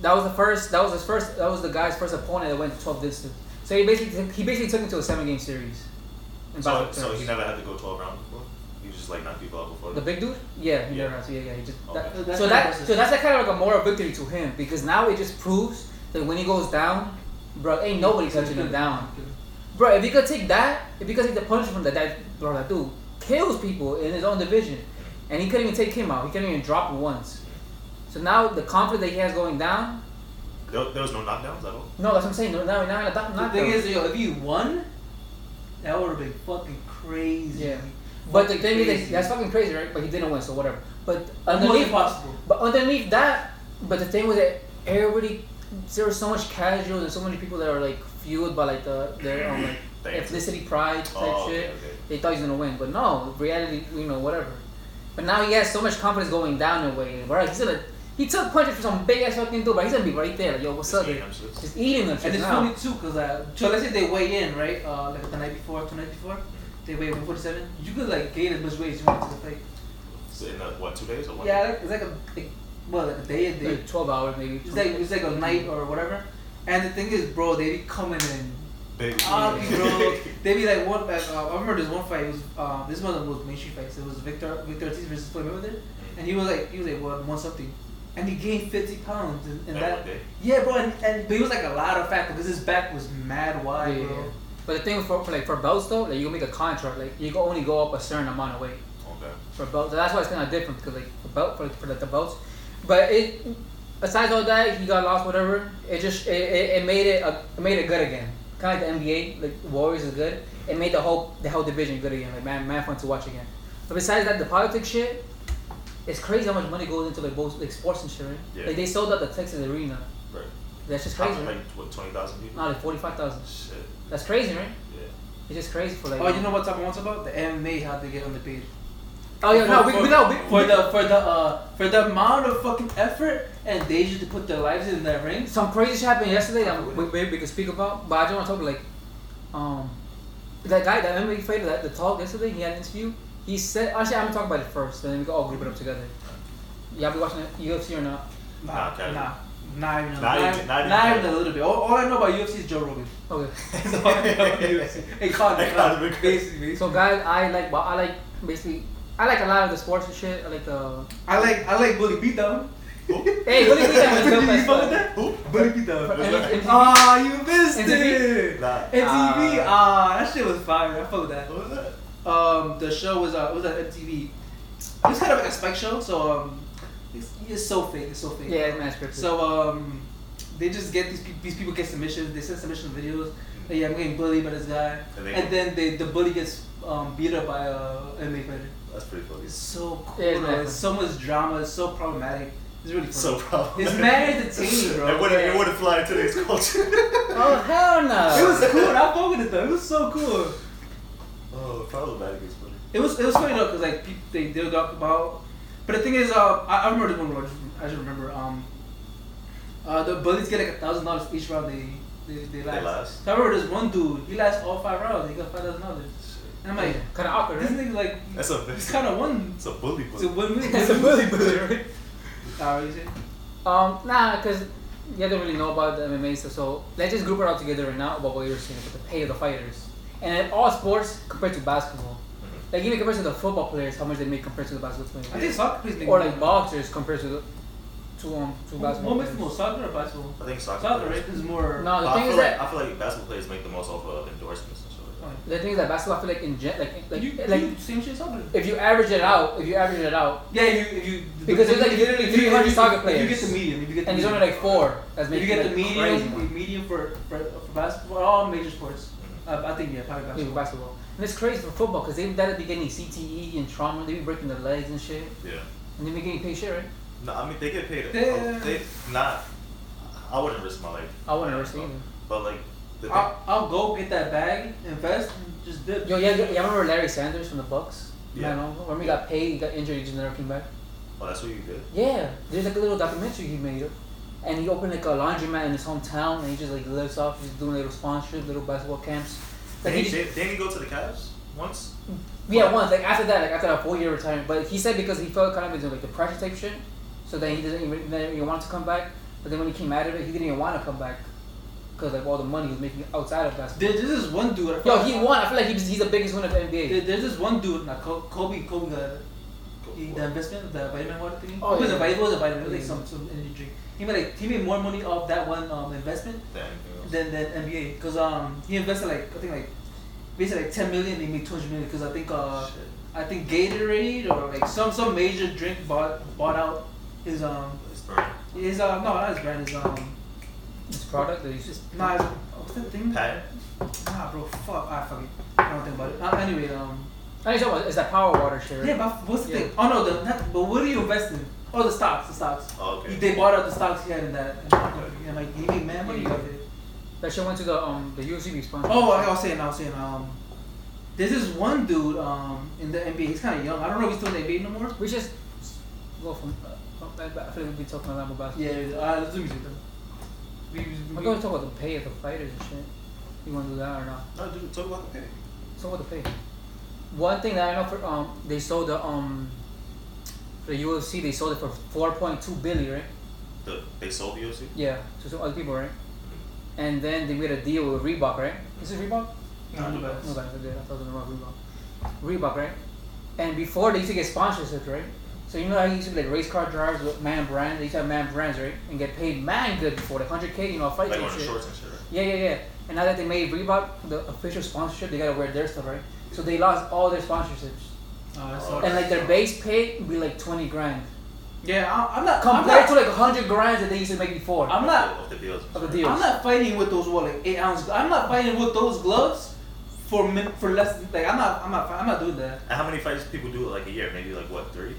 that was the first that was his first that was the guy's first opponent that went to twelve distance. So he basically he basically took him to a seven game series. in
So,
boxing
so
terms.
he never had to go twelve rounds before. He was just like knocked people out before.
the big dude? Yeah, he
Yeah.
never has to- yeah, yeah, he just
Okay.
that,
So that's
so
not
that
versus-
so that's like kind of like a moral victory to him because now it just proves that when he goes down, bro, ain't nobody touching him down. Bro, if he could take that, if he could take the punishment from that, that bro, that dude kills people in his own division, and he couldn't even take him out. He couldn't even drop him once. So now the confidence that he has going down,
There, there was no knockdowns at all.
no, that's what I'm saying. No, now, now, now,
The
not
thing is, yo, if you won, that would have been fucking crazy.
Yeah. But the
Fucking
thing is,
crazy.
that's fucking crazy, right? But he didn't win, so whatever. But
almost
underneath,
impossible.
but underneath that, but the thing was that everybody, there was so much casuals and so many people that are like fueled by like the their um,
*clears throat*
like
Thanks.
ethnicity pride type
Oh,
shit.
okay, okay.
they thought he was gonna win, but no, reality, you know, whatever. But now he has so much confidence going down in a way, bro. He's gonna, he took punches from some big ass fucking dude, but he's gonna be right there, like, yo, what's
Just
up,
eating
dude?
them shits.
Just eating them shit
And it's
now.
funny too, cause uh, so let's say they weigh in, right? Uh, like the night before, two nights before, they weigh 147. You could like gain as much weight as you want to the fight.
So in uh, what two days or one?
Yeah,
Day?
like, it's like a like, well, like a day a day.
Like, Twelve hours, maybe.
It's like it's like a night or whatever. And the thing is, bro, they be coming in
Big
I'll be
league.
Ah, bro. They be like one. Like, uh, I remember this one fight. It was um, this is one of the most mainstream fights. It was Victor Victor Ortiz versus Floyd Mayweather,
Mm-hmm.
and he was like he was like one one something, and he gained fifty pounds in, in
That
that.
one day.
Yeah, bro, and, and but he was like a lot of fat because his back was mad wide,
Yeah.
bro.
But the thing for, for like for belts though, like you make a contract, like you can only go up a certain amount of weight
*laughs* Okay.
for belts. That's why it's kind of different because like for belt for, for like, the belts, but it besides all that he got lost whatever. It just it, it, it made it a, it made it good again. Kind of like the NBA, like Warriors is good. It made the whole the whole division good again. Like man, man, fun to watch again. But besides that, the politics shit, it's crazy how much money goes into like both like sports and shit. Right?
Yeah.
Like they sold out the Texas Arena.
Right.
That's just
How
crazy.
many,
Right?
like, what, 20,000 people?
Not like forty five thousand.
Shit.
That's crazy, right?
*laughs*
Yeah.
It's just crazy for like.
Oh, you know what I want about the MMA? How they get underpaid?
Oh yeah, no, we, we know. We,
for the for the uh for the amount of fucking effort and they used to put their lives in their rings.
some crazy shit happened yesterday that we, maybe we can speak about, but I just want to talk like, um, that guy that MMA fighter that the talk yesterday he had an interview. He said, actually, I'm gonna talk about it first, and then we can all group it up together. Y'all be watching UFC or not?
Nah,
Nah,
Kevin.
nah, not even, a-
Not
not,
even- not even
not even
Kevin.
a little bit. All, all I know about UFC is Joe Rogan.
Okay.
*laughs* That's all I know about UFC. Hey, Conor,
Hey,
Conor,
Conor McGregor.
basically.
So guys, I like, well, I like basically, I like a lot of the sports and shit. I like the
I like I like Bully Beat down.
Who?
hey, what do you think that was
Did
dope
*laughs* you
as
fuck with
fuck?
that?
Who?
Bully Beat down.
For M- MTV?
Ah, you missed
MTV?
it.
Nah.
MTV.
Ah.
Ah, that shit was fire. I fuck with that.
What was that?
Um, the show was uh, it was on MTV. It was kind of like a spike show, so um, it's, it's so fake. It's so fake.
Yeah, it's mass scripted.
So um, they just get these pe- these people get submissions. They send submission videos. Like, yeah, I'm getting bullied by this guy,
And
and,
they-
then they, the bully gets um, beat up by a MMA fighter.
That's pretty funny.
It's so cool.
Yeah, it's
though.
mad
it's
fun.
so much drama. It's so problematic. It's really funny.
So probably.
It's mad
*laughs*
entertaining, bro.
It wouldn't,
Yeah.
it wouldn't fly in today's culture.
*laughs*
Oh hell
it was
no!
cool. I fuck with it though. It was so cool.
oh, problematic is funny.
It was it was funny though because like people they they'll talk about, but the thing is uh I, I remember the one where I just, I just remember um. Uh, the bullies get like a thousand dollars each round they they they
They
last.
last.
So I remember this one dude he lasts all five rounds he got five thousand dollars and I'm like
Kind of awkward.
this
Right?
nigga like
That's a
it's
*laughs*
kind of one
It's a bully
it's a
bully. *laughs*
win win.
*laughs* It's a bully bully, right?
you say?
Um, nah, because you don't really know about the MMA stuff, so let's just group it out together right now about what you're saying about the pay of the fighters. And in all sports compared to basketball.
Mm-hmm.
Like even compared to the football players, how much they make compared to the basketball
I
players.
think soccer plays
Or like boxers compared to the to um to basketball
What makes
players.
more soccer or basketball?
I think soccer.
Soccer
players-
right is more.
No,
But
the
I
thing
feel
is
like
that
I feel like basketball players make the most off of endorsements and shit like that.
the thing is that basketball I feel like in gen- like like
you,
like
you same shit soccer.
if you average it out, if you average it out,
Yeah, if you if you
Because there's, like,
if you-
literally
if you-
300
if you-
soccer
If you get
players.
the medium, if you get the
and there's
medium.
only like four, that's
If you
making
get
like
the
crazy
medium,
money.
the medium for, for, for basketball, all major sports. Uh, I think yeah, probably
Yeah,
basketball.
basketball. And it's crazy for football because they've got to be getting CTE and trauma. They be breaking their legs and shit,
Yeah.
and they be getting paid shit, right?
No, I mean they get paid.
Yeah.
They not. I wouldn't risk my life.
I wouldn't risk it either.
But like, the thing,
I'll, I'll go get that bag, invest, and just dip.
Yo, yeah, yeah, remember Larry Sanders from the Bucks?
Yeah.
Man, oh, remember he got paid, he got injured, he just never came back.
oh, that's what you did.
Yeah, there's like a little documentary he made, and he opened like a laundromat in his hometown, and he just like lives off, he's doing little sponsorship, little basketball camps. Like he
Didn't, did
just,
didn't he go to the Cavs once?
yeah, once like after that, like after that four year retirement, but he said because he felt kind of into like depression type shit, so then he didn't even then he wanted to come back, but then when he came out of it, he didn't even want to come back, cause like all the money he was making outside of basketball.
There, there's this one dude. I
Yo,
forgot-
he won. I feel like he was, he's the biggest winner of the NBA.
There, there's this one dude. Now Kobe, Kobe got he, the investment, the vitamin water thing.
Oh,
it was
yeah. Mm.
a vitamin. It was a vitamin. It was like
Yeah.
some some energy drink. He made like he made more money off that one um, investment
Than anything else.
than than NBA because um he invested like I think like basically like ten million. He made two hundred million because I think uh.
Shit.
I think Gatorade or like some some major drink bought bought out his um
It's burning.
his uh no not his brand his um
His product that he's just
not his, what's that thing
Pat.
nah bro fuck ah fuck it I don't think about it uh, anyway um
I think it's that power water shit. Right?
yeah but what's the
Yeah.
thing oh no the not, but what do you invest in oh the stocks the stocks
Oh, okay.
they bought out the stocks he had in that and like he made man money off it.
That shit went to the um the UFC response.
Oh, I was saying, I was saying, um, there's this one dude um in the NBA. He's kind of young. I don't know if he's still in the NBA no more.
we just go from. Uh, from- I I feel like we be talking a lot about.
Yeah, uh, let's do music though. We, we,
We're
we,
going to talk about the pay of the fighters and shit. You want to do that or not?
No, dude, talk about the pay.
So what the pay? One thing that I know for um they sold the um for the UFC they sold it for four point two billion right?
The, they sold the UFC.
Yeah, to some other people right? and then they made a deal with Reebok, right? Is it Reebok?
No, no, but-
No, guys, I did. I thought it was Reebok. Reebok, right? And before they used to get sponsorships, right? So you know how you used to be like race car drivers with man brands. They used to have man brands, right? And get paid man good before the hundred k, you know, fight
Like
and
on the
shit.
shorts and shit. right?
Yeah, yeah, yeah. And now that they made Reebok the official sponsorship, they gotta wear their stuff, right? So they lost all their sponsorships,
Oh, that's
Oh.
all.
and like their base pay would be like twenty grand
yeah, I, I'm not I'm
compared
not,
to like hundred grand that they used to make before.
I'm not
Of the deals.
Of the deal.
I'm not fighting with those what like eight ounce. I'm not fighting with those gloves for min, for less. than- Like I'm not I'm not I'm not doing that.
And how many fights people do like a year? Maybe like what three,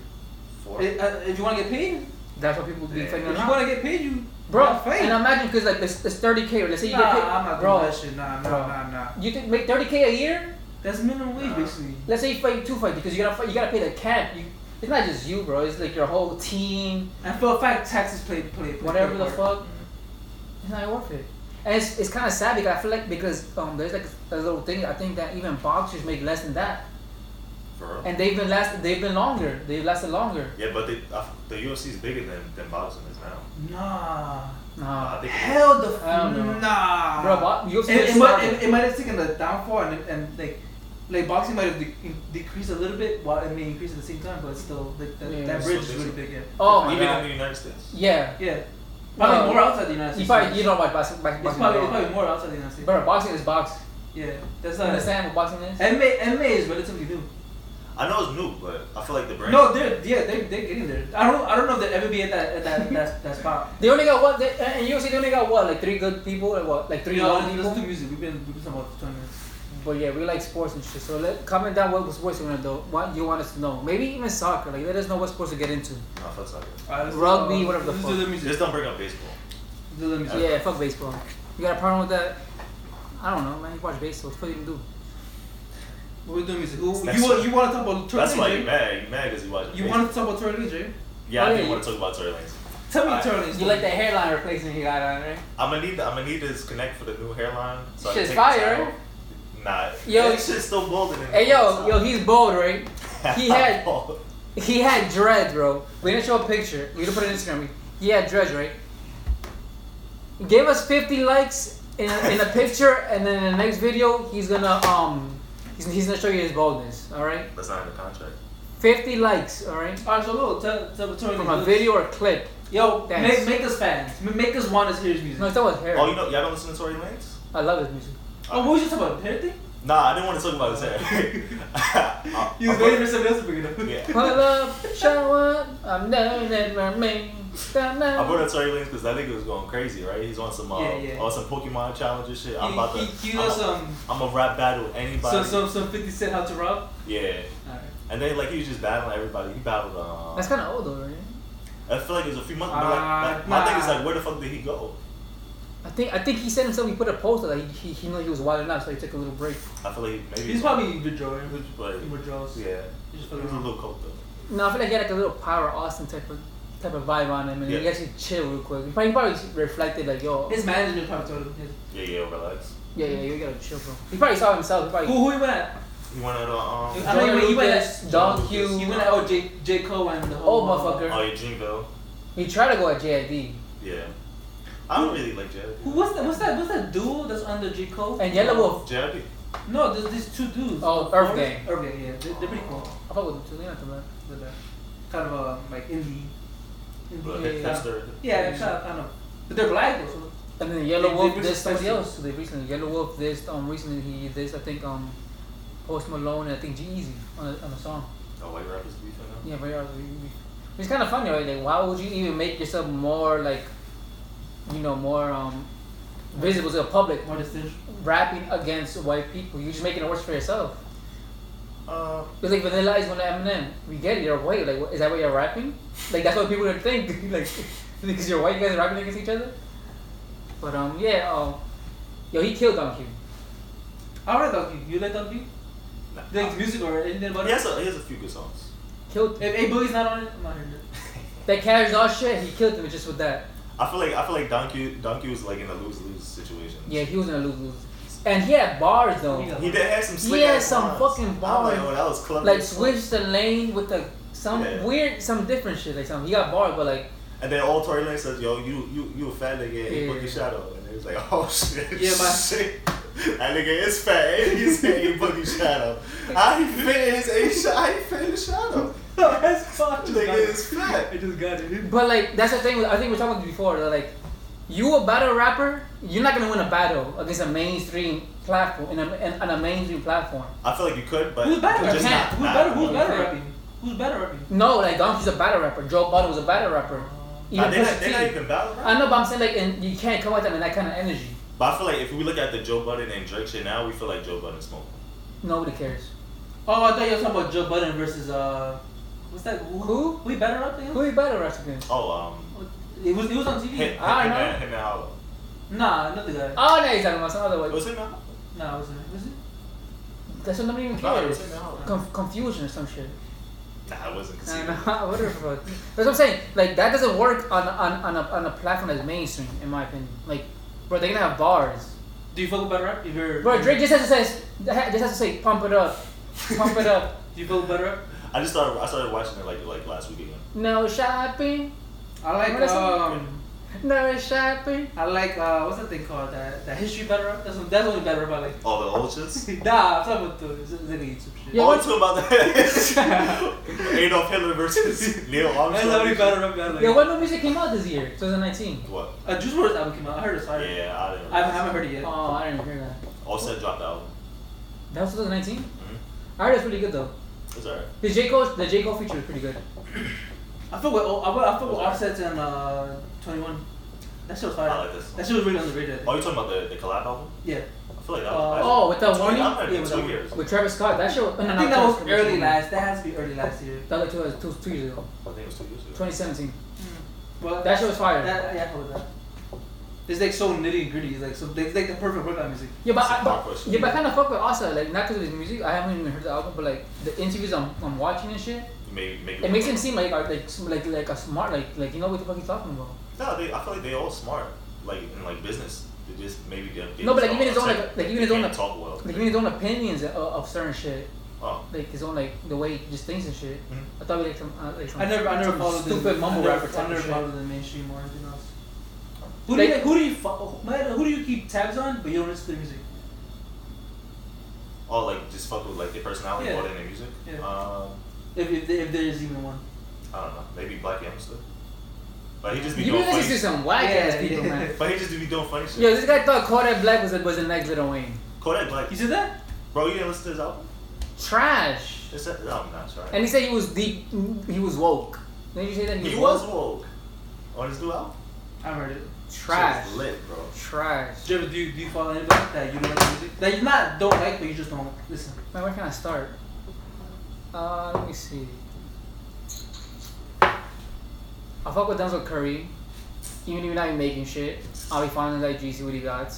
four?
If, uh, if you want to get paid,
That's what people be
Yeah.
fighting
if you
about.
want to get paid, you
Bro,
gotta fight.
and imagine because like it's, it's 30k. Or let's say you
nah,
get paid,
I'm not
bro.
doing that shit. Nah, nah,
Bro.
nah, nah.
You think make 30k a year?
That's minimum wage
Nah.
basically.
Let's say you fight two fights because you gotta fight, you gotta pay the cap. You, it's not just you, bro. It's like your whole team,
And for a fact, taxes play play, play
whatever
play
the
part.
Mm-hmm.
fuck. It's not worth it. And it's, it's kind of sad because I feel like because um there's like a little thing I think that even boxers make less than that,
For real?
and they've been last they've been longer. They've lasted longer.
Yeah, but they, I, the UFC is bigger than than boxing is now.
Nah.
Uh, I
Nah,
think it-
Hell the
I don't know.
f- nah.
bro. Bo- UFC
It,
is
it, might,
starving.
it, it might have taken the downfall and, and like, like boxing might have de- in- decreased a little bit while it may increase at the same time, but it's still like, that,
Yeah.
that
It's
bridge is
still
really
big.
big. Yeah.
oh my
even
god.
in the United States.
yeah.
yeah. Probably
No.
more outside the United
You
States.
probably you don't watch boxing. boxing
it's
at
probably,
all.
it's probably more outside the United States.
Bro, boxing is boxing.
Yeah, that's
You
not
understand what boxing is?
MMA, MMA is relatively new.
I know it's new, but I feel like the brand.
No, they're yeah they're, they're getting there. I don't I don't know if they'll ever be at that
*laughs*
at that that, that spot.
They only got what? They, and you see, they only got what? Like three good people? Like what? Like three
You know,
young
let's do
people?
music. We've been we've been talking about for twenty minutes.
But yeah, we like sports and shit. So let, comment down what sports you want to do. What you want us to know. Maybe even soccer. Like let us know what sports to get into.
No, fuck soccer.
Alright, let's-
Rugby,
uh,
whatever the
let's
fuck.
do the music.
Just don't bring up baseball.
Let's do the music.
Yeah, fuck baseball. You got a problem with that? I don't know, man. You watch baseball. What you can do?
We're doing music. Who,
Next
you
one.
want you want to talk about Tory
That's
Lanez,
why
right?
you mad. You mad because you watching.
You
baseball.
want to talk about Tory Lanez,
Yeah,
right?
Oh,
I
yeah,
do
you-
want to talk about Tory Lanez.
Tell me
Alright.
Tory Lanez.
You like that hairline replacement you got on, right?
I'm gonna need. I'm gonna need this connect for the new hairline. So I can
Shit's
take this
fire,
out.
right?
Nah.
Yo.
that shit's still bolder than.
Hey yo, yo, he's bold, *laughs* right?
*laughs*
he had- He had dread, bro. We didn't show a picture. We didn't put it on Instagram. He had dread, right? Give us 50 likes in a, in a picture, and then in the next video, he's gonna um, he's, he's gonna show you his baldness. All right,
That's not in the contract.
50 likes. All right,
Alright, so look, tell tell about Tory
from
Lanez.
a video or clip.
Yo,
Thanks.
make, make us fans. Ma- Make us want to hear his music.
No, it's not with hair.
Oh, you know, y'all don't listen to Tory Lanez?
I love his music.
Oh, what was you talking about? The hair thing?
Nah, I didn't want to talk about his
*laughs*
hair.
You was waiting for somebody else to bring it up.
Uh,
*laughs*
Yeah.
Pull up, shower, I'm down at my main.
I brought up Tory Lanez because that nigga was going crazy, right? He's on some uh,
Yeah, yeah.
on some Pokemon challenges shit. I'm
He-
about to.
He, he
I'm
does um,
a-
some,
I'm a rap battle anybody.
some some some Fifty Cent how to rob.
Yeah,
Alright.
and then like he was just battling everybody. He battled. Um,
That's kind of old though, right?
I feel like it was a few months. but like,
Ah,
like, my thing is
nah.
like, where the fuck did he go?
I think I think he said himself he put a poster that he, he, he knew he was wilding out, so he took a little break.
I feel like maybe.
He's probably withdrawing.
But
He withdraws.
yeah,
He just
it was a little cold though.
No, I feel like he had like a little power Austin type of type of vibe on him, and he
Yeah.
actually chill real quick. He probably, he probably reflected like, yo,
His manager probably told him. his-
Yeah, yeah, relax.
yeah, yeah, you gotta chill, bro. He probably saw himself. He probably.
Who who he went at?
He went out on. Um,
I know he went- he went
Lucas,
at
Don
He
Q.
went at oh J J Cole and the whole
Oh, motherfucker.
oh yeah, Dreamville.
He tried to go at JID,
Yeah, I don't really like JID.
Who what's that? What's that? What's that duo that's under J Cole?
and Yellow Wolf.
JID.
No, there's these two dudes.
Oh, Earth Gang.
Earth Gang, yeah, they're, they're pretty cool.
I fuck with him too. They not too bad.
They're bad. kind of uh, like indie.
But
indie
Yeah, yeah.
hipster.
yeah, yeah, kind of, I know. But they're black though. So.
And then Yellow
They- they
Wolf
were
dissed somebody
special.
else. They recently Yellow Wolf dissed um recently he dissed I think um Post Malone and I think G-Eazy on a, on a song.
Oh, white rappers beefing now.
Yeah, but yeah, we- we- it's kind of funny, right? Like, why would you even make yourself more like, you know, more um visible to the public?
More distinction.
rapping against white people. You're just making it worse for yourself.
Uh,
It's like Vanilla Ice, Vanilla Eminem. We get it. You're white. Like, what- is that what you're rapping? Like, that's what people would think. *laughs* like, because you're white, you guys are rapping against each other. But um, yeah. Um, yo, he killed Don Q.
I read Donkey. You like Donkey?
nah.
Like music or anything about
He
it?
has a he has a few good songs.
Killed
If A Boogie's not on it, I'm not hearing it.
*laughs*
that carries all shit. He killed him just with that.
I feel like I feel like Donkey Donkey was like in a lose lose situation.
Yeah, he was gonna lose lose. And he had bars though.
Yeah.
He did have some.
He
slick
had
ass
some
lines.
fucking
I'm like,
bars.
oh, that was clever.
Like
as fuck.
switch the lane with the some
Yeah.
weird, some different shit. Like something. He got bars, but like
And then all Tory Lane says, "Yo, you you you a fat nigga? Yeah. He
Yeah.
book your shadow." And he's like, "Oh shit,
Yeah, my-
*laughs* shit." That nigga is fat. And he's saying he book your shadow. How he fit in his a shadow? How he fit in the shadow?
That's fucked.
Nigga is fat.
I just got it.
But like that's the thing. I think we were talking about before. That like, you a battle rapper, you're not gonna win a battle against a mainstream platform in a in, on a mainstream platform.
I feel like you could, but
Who's better?
just
Can't.
not. not-
Who's better? Who's
not-
better rapping? Who's better rapping?
No, like Donkey's a battle rapper. Joe Budden was a battle rapper.
Nah,
Even
Ah, they're,
Pusha
not, they're not
T.
even battle rap.
I know, but I'm saying like, and you can't come at them in that kind of energy.
But I feel like if we look at the Joe Budden and Drake shit now, we feel like Joe Budden smoked.
Nobody cares.
Oh, I thought you were talking about Joe Budden versus uh, what's that? Who? We better rap than him?
Who he battle raps against?
Oh, um,
It was it was on TV.
him, him,
I know.
and- him and Hollow.
Nah, not the guy.
Oh, now you're talking about some other one.
Was him and Hollow?
Nah, was it? Was it?
That's what nobody even
No, it was
cares.
him and Hollow.
Conf- confusion or some shit.
Nah, it wasn't.
*laughs* I
Conceived.
know. What the fuck? That's what I'm saying. Like that doesn't work on on, on, a, on a platform that's mainstream, in my opinion. Like, bro, they're gonna have bars.
Do you fuck with better rap? If you're
Bro, Drake just has to say, just has to say, pump it up, pump it up. *laughs*
Do you fuck with better rap?
I just started. I started watching it like like last week again.
No shopping,
I like
What is it?
um.
no shopping.
I like uh, what's that thing called? That that history better rap. That's that's the only better rap I like. *laughs*
All the old shits.
Nah, I'm talking about the it's- it's like a YouTube shit.
Yeah,
All
what-
two about
*laughs*
the Adolf Hitler versus Neil Armstrong.
That's the only better rap I like.
Yeah, what new music came out this year? 2019.
What?
A Juice WRLD album came out. I heard it. So I, heard it.
Yeah, I didn't.
I haven't- I haven't heard it yet.
Oh, I didn't hear that.
Offset dropped the album.
That was 2019.
Mhm.
I heard it's pretty good though.
It's alright.
The J Cole, the J Cole feature was pretty good.
I fuck with oh, I, I fuck with Offset and uh, Twenty One. That shit was fire.
I like this.
That shit was really underrated. I
Oh,
think.
you talking about the, the collab album?
Yeah.
I feel like that
Uh,
was.
Oh, with that
I've
warning
heard it
Yeah, with
two
that-
years.
with Travis Scott. That shit. Was, no,
I
no,
think
not
that
*laughs*
was
Travis Scott,
early
Travis Scott.
last. That has to be early last year.
That was like two, two, two years ago.
I think it was two years ago.
2017.
Hmm. Well,
That shit was fire.
That, yeah, I fuck with that. It's like so nitty gritty. It's like so. It's like the perfect workout music.
Yeah, but,
That's
I,
a hard
but
question.
yeah, but I kind of fuck with Asa. Like not because of his music. I haven't even heard the album, but like the interviews I'm, I'm watching and shit,
You may- make
it makes him seem like uh, like some- like like a smart like like you know what the fuck he's talking about.
No, they, I feel like they all smart, like in like business. They just maybe they have
No, but, like,
gigs
even his
on
own,
tech.
like- like, even
They
his own,
can't
like-
talk well.
Like even his own opinions of, of certain shit,
oh,
like his own like the way he just thinks and shit.
Mhm.
I thought we like some uh, like some
I never, I never
some
followed
stupid
the,
mumble
I never,
rapper
I
type
never
of shit.
followed the mainstream or anything else. Who do you,
Like-
who do you, fo- man, who do you keep tabs on, but you don't listen to the music?
oh, like just fuck with like their personality
Yeah.
more than their music.
Yeah.
Um,
If, if, there- if there is even one.
I don't know. Maybe Black Hamster. But he just be
You
doing
really
funny.
listen to some whack ass
Yeah,
people,
yeah. *laughs*
man.
But he just be doing funny shit.
Yo, this guy thought Kodak Black was was the next Little Wayne.
Kodak Black.
You said that?
Bro, you didn't listen to his album?
Trash.
It's that album, that's right.
And he said he was deep. He was woke. Didn't you say that he,
he
was
was
woke?
woke on his new album.
I heard it.
Trash.
Shit was lit, bro.
Trash.
Jeff, do you, do you follow anybody that you don't like the music? That you not don't like, but you just don't listen.
Man, where can I start? Uh, let me see. I fuck with Denzel Curry. Even if you're not even making shit, I'll be finding like GC what he got.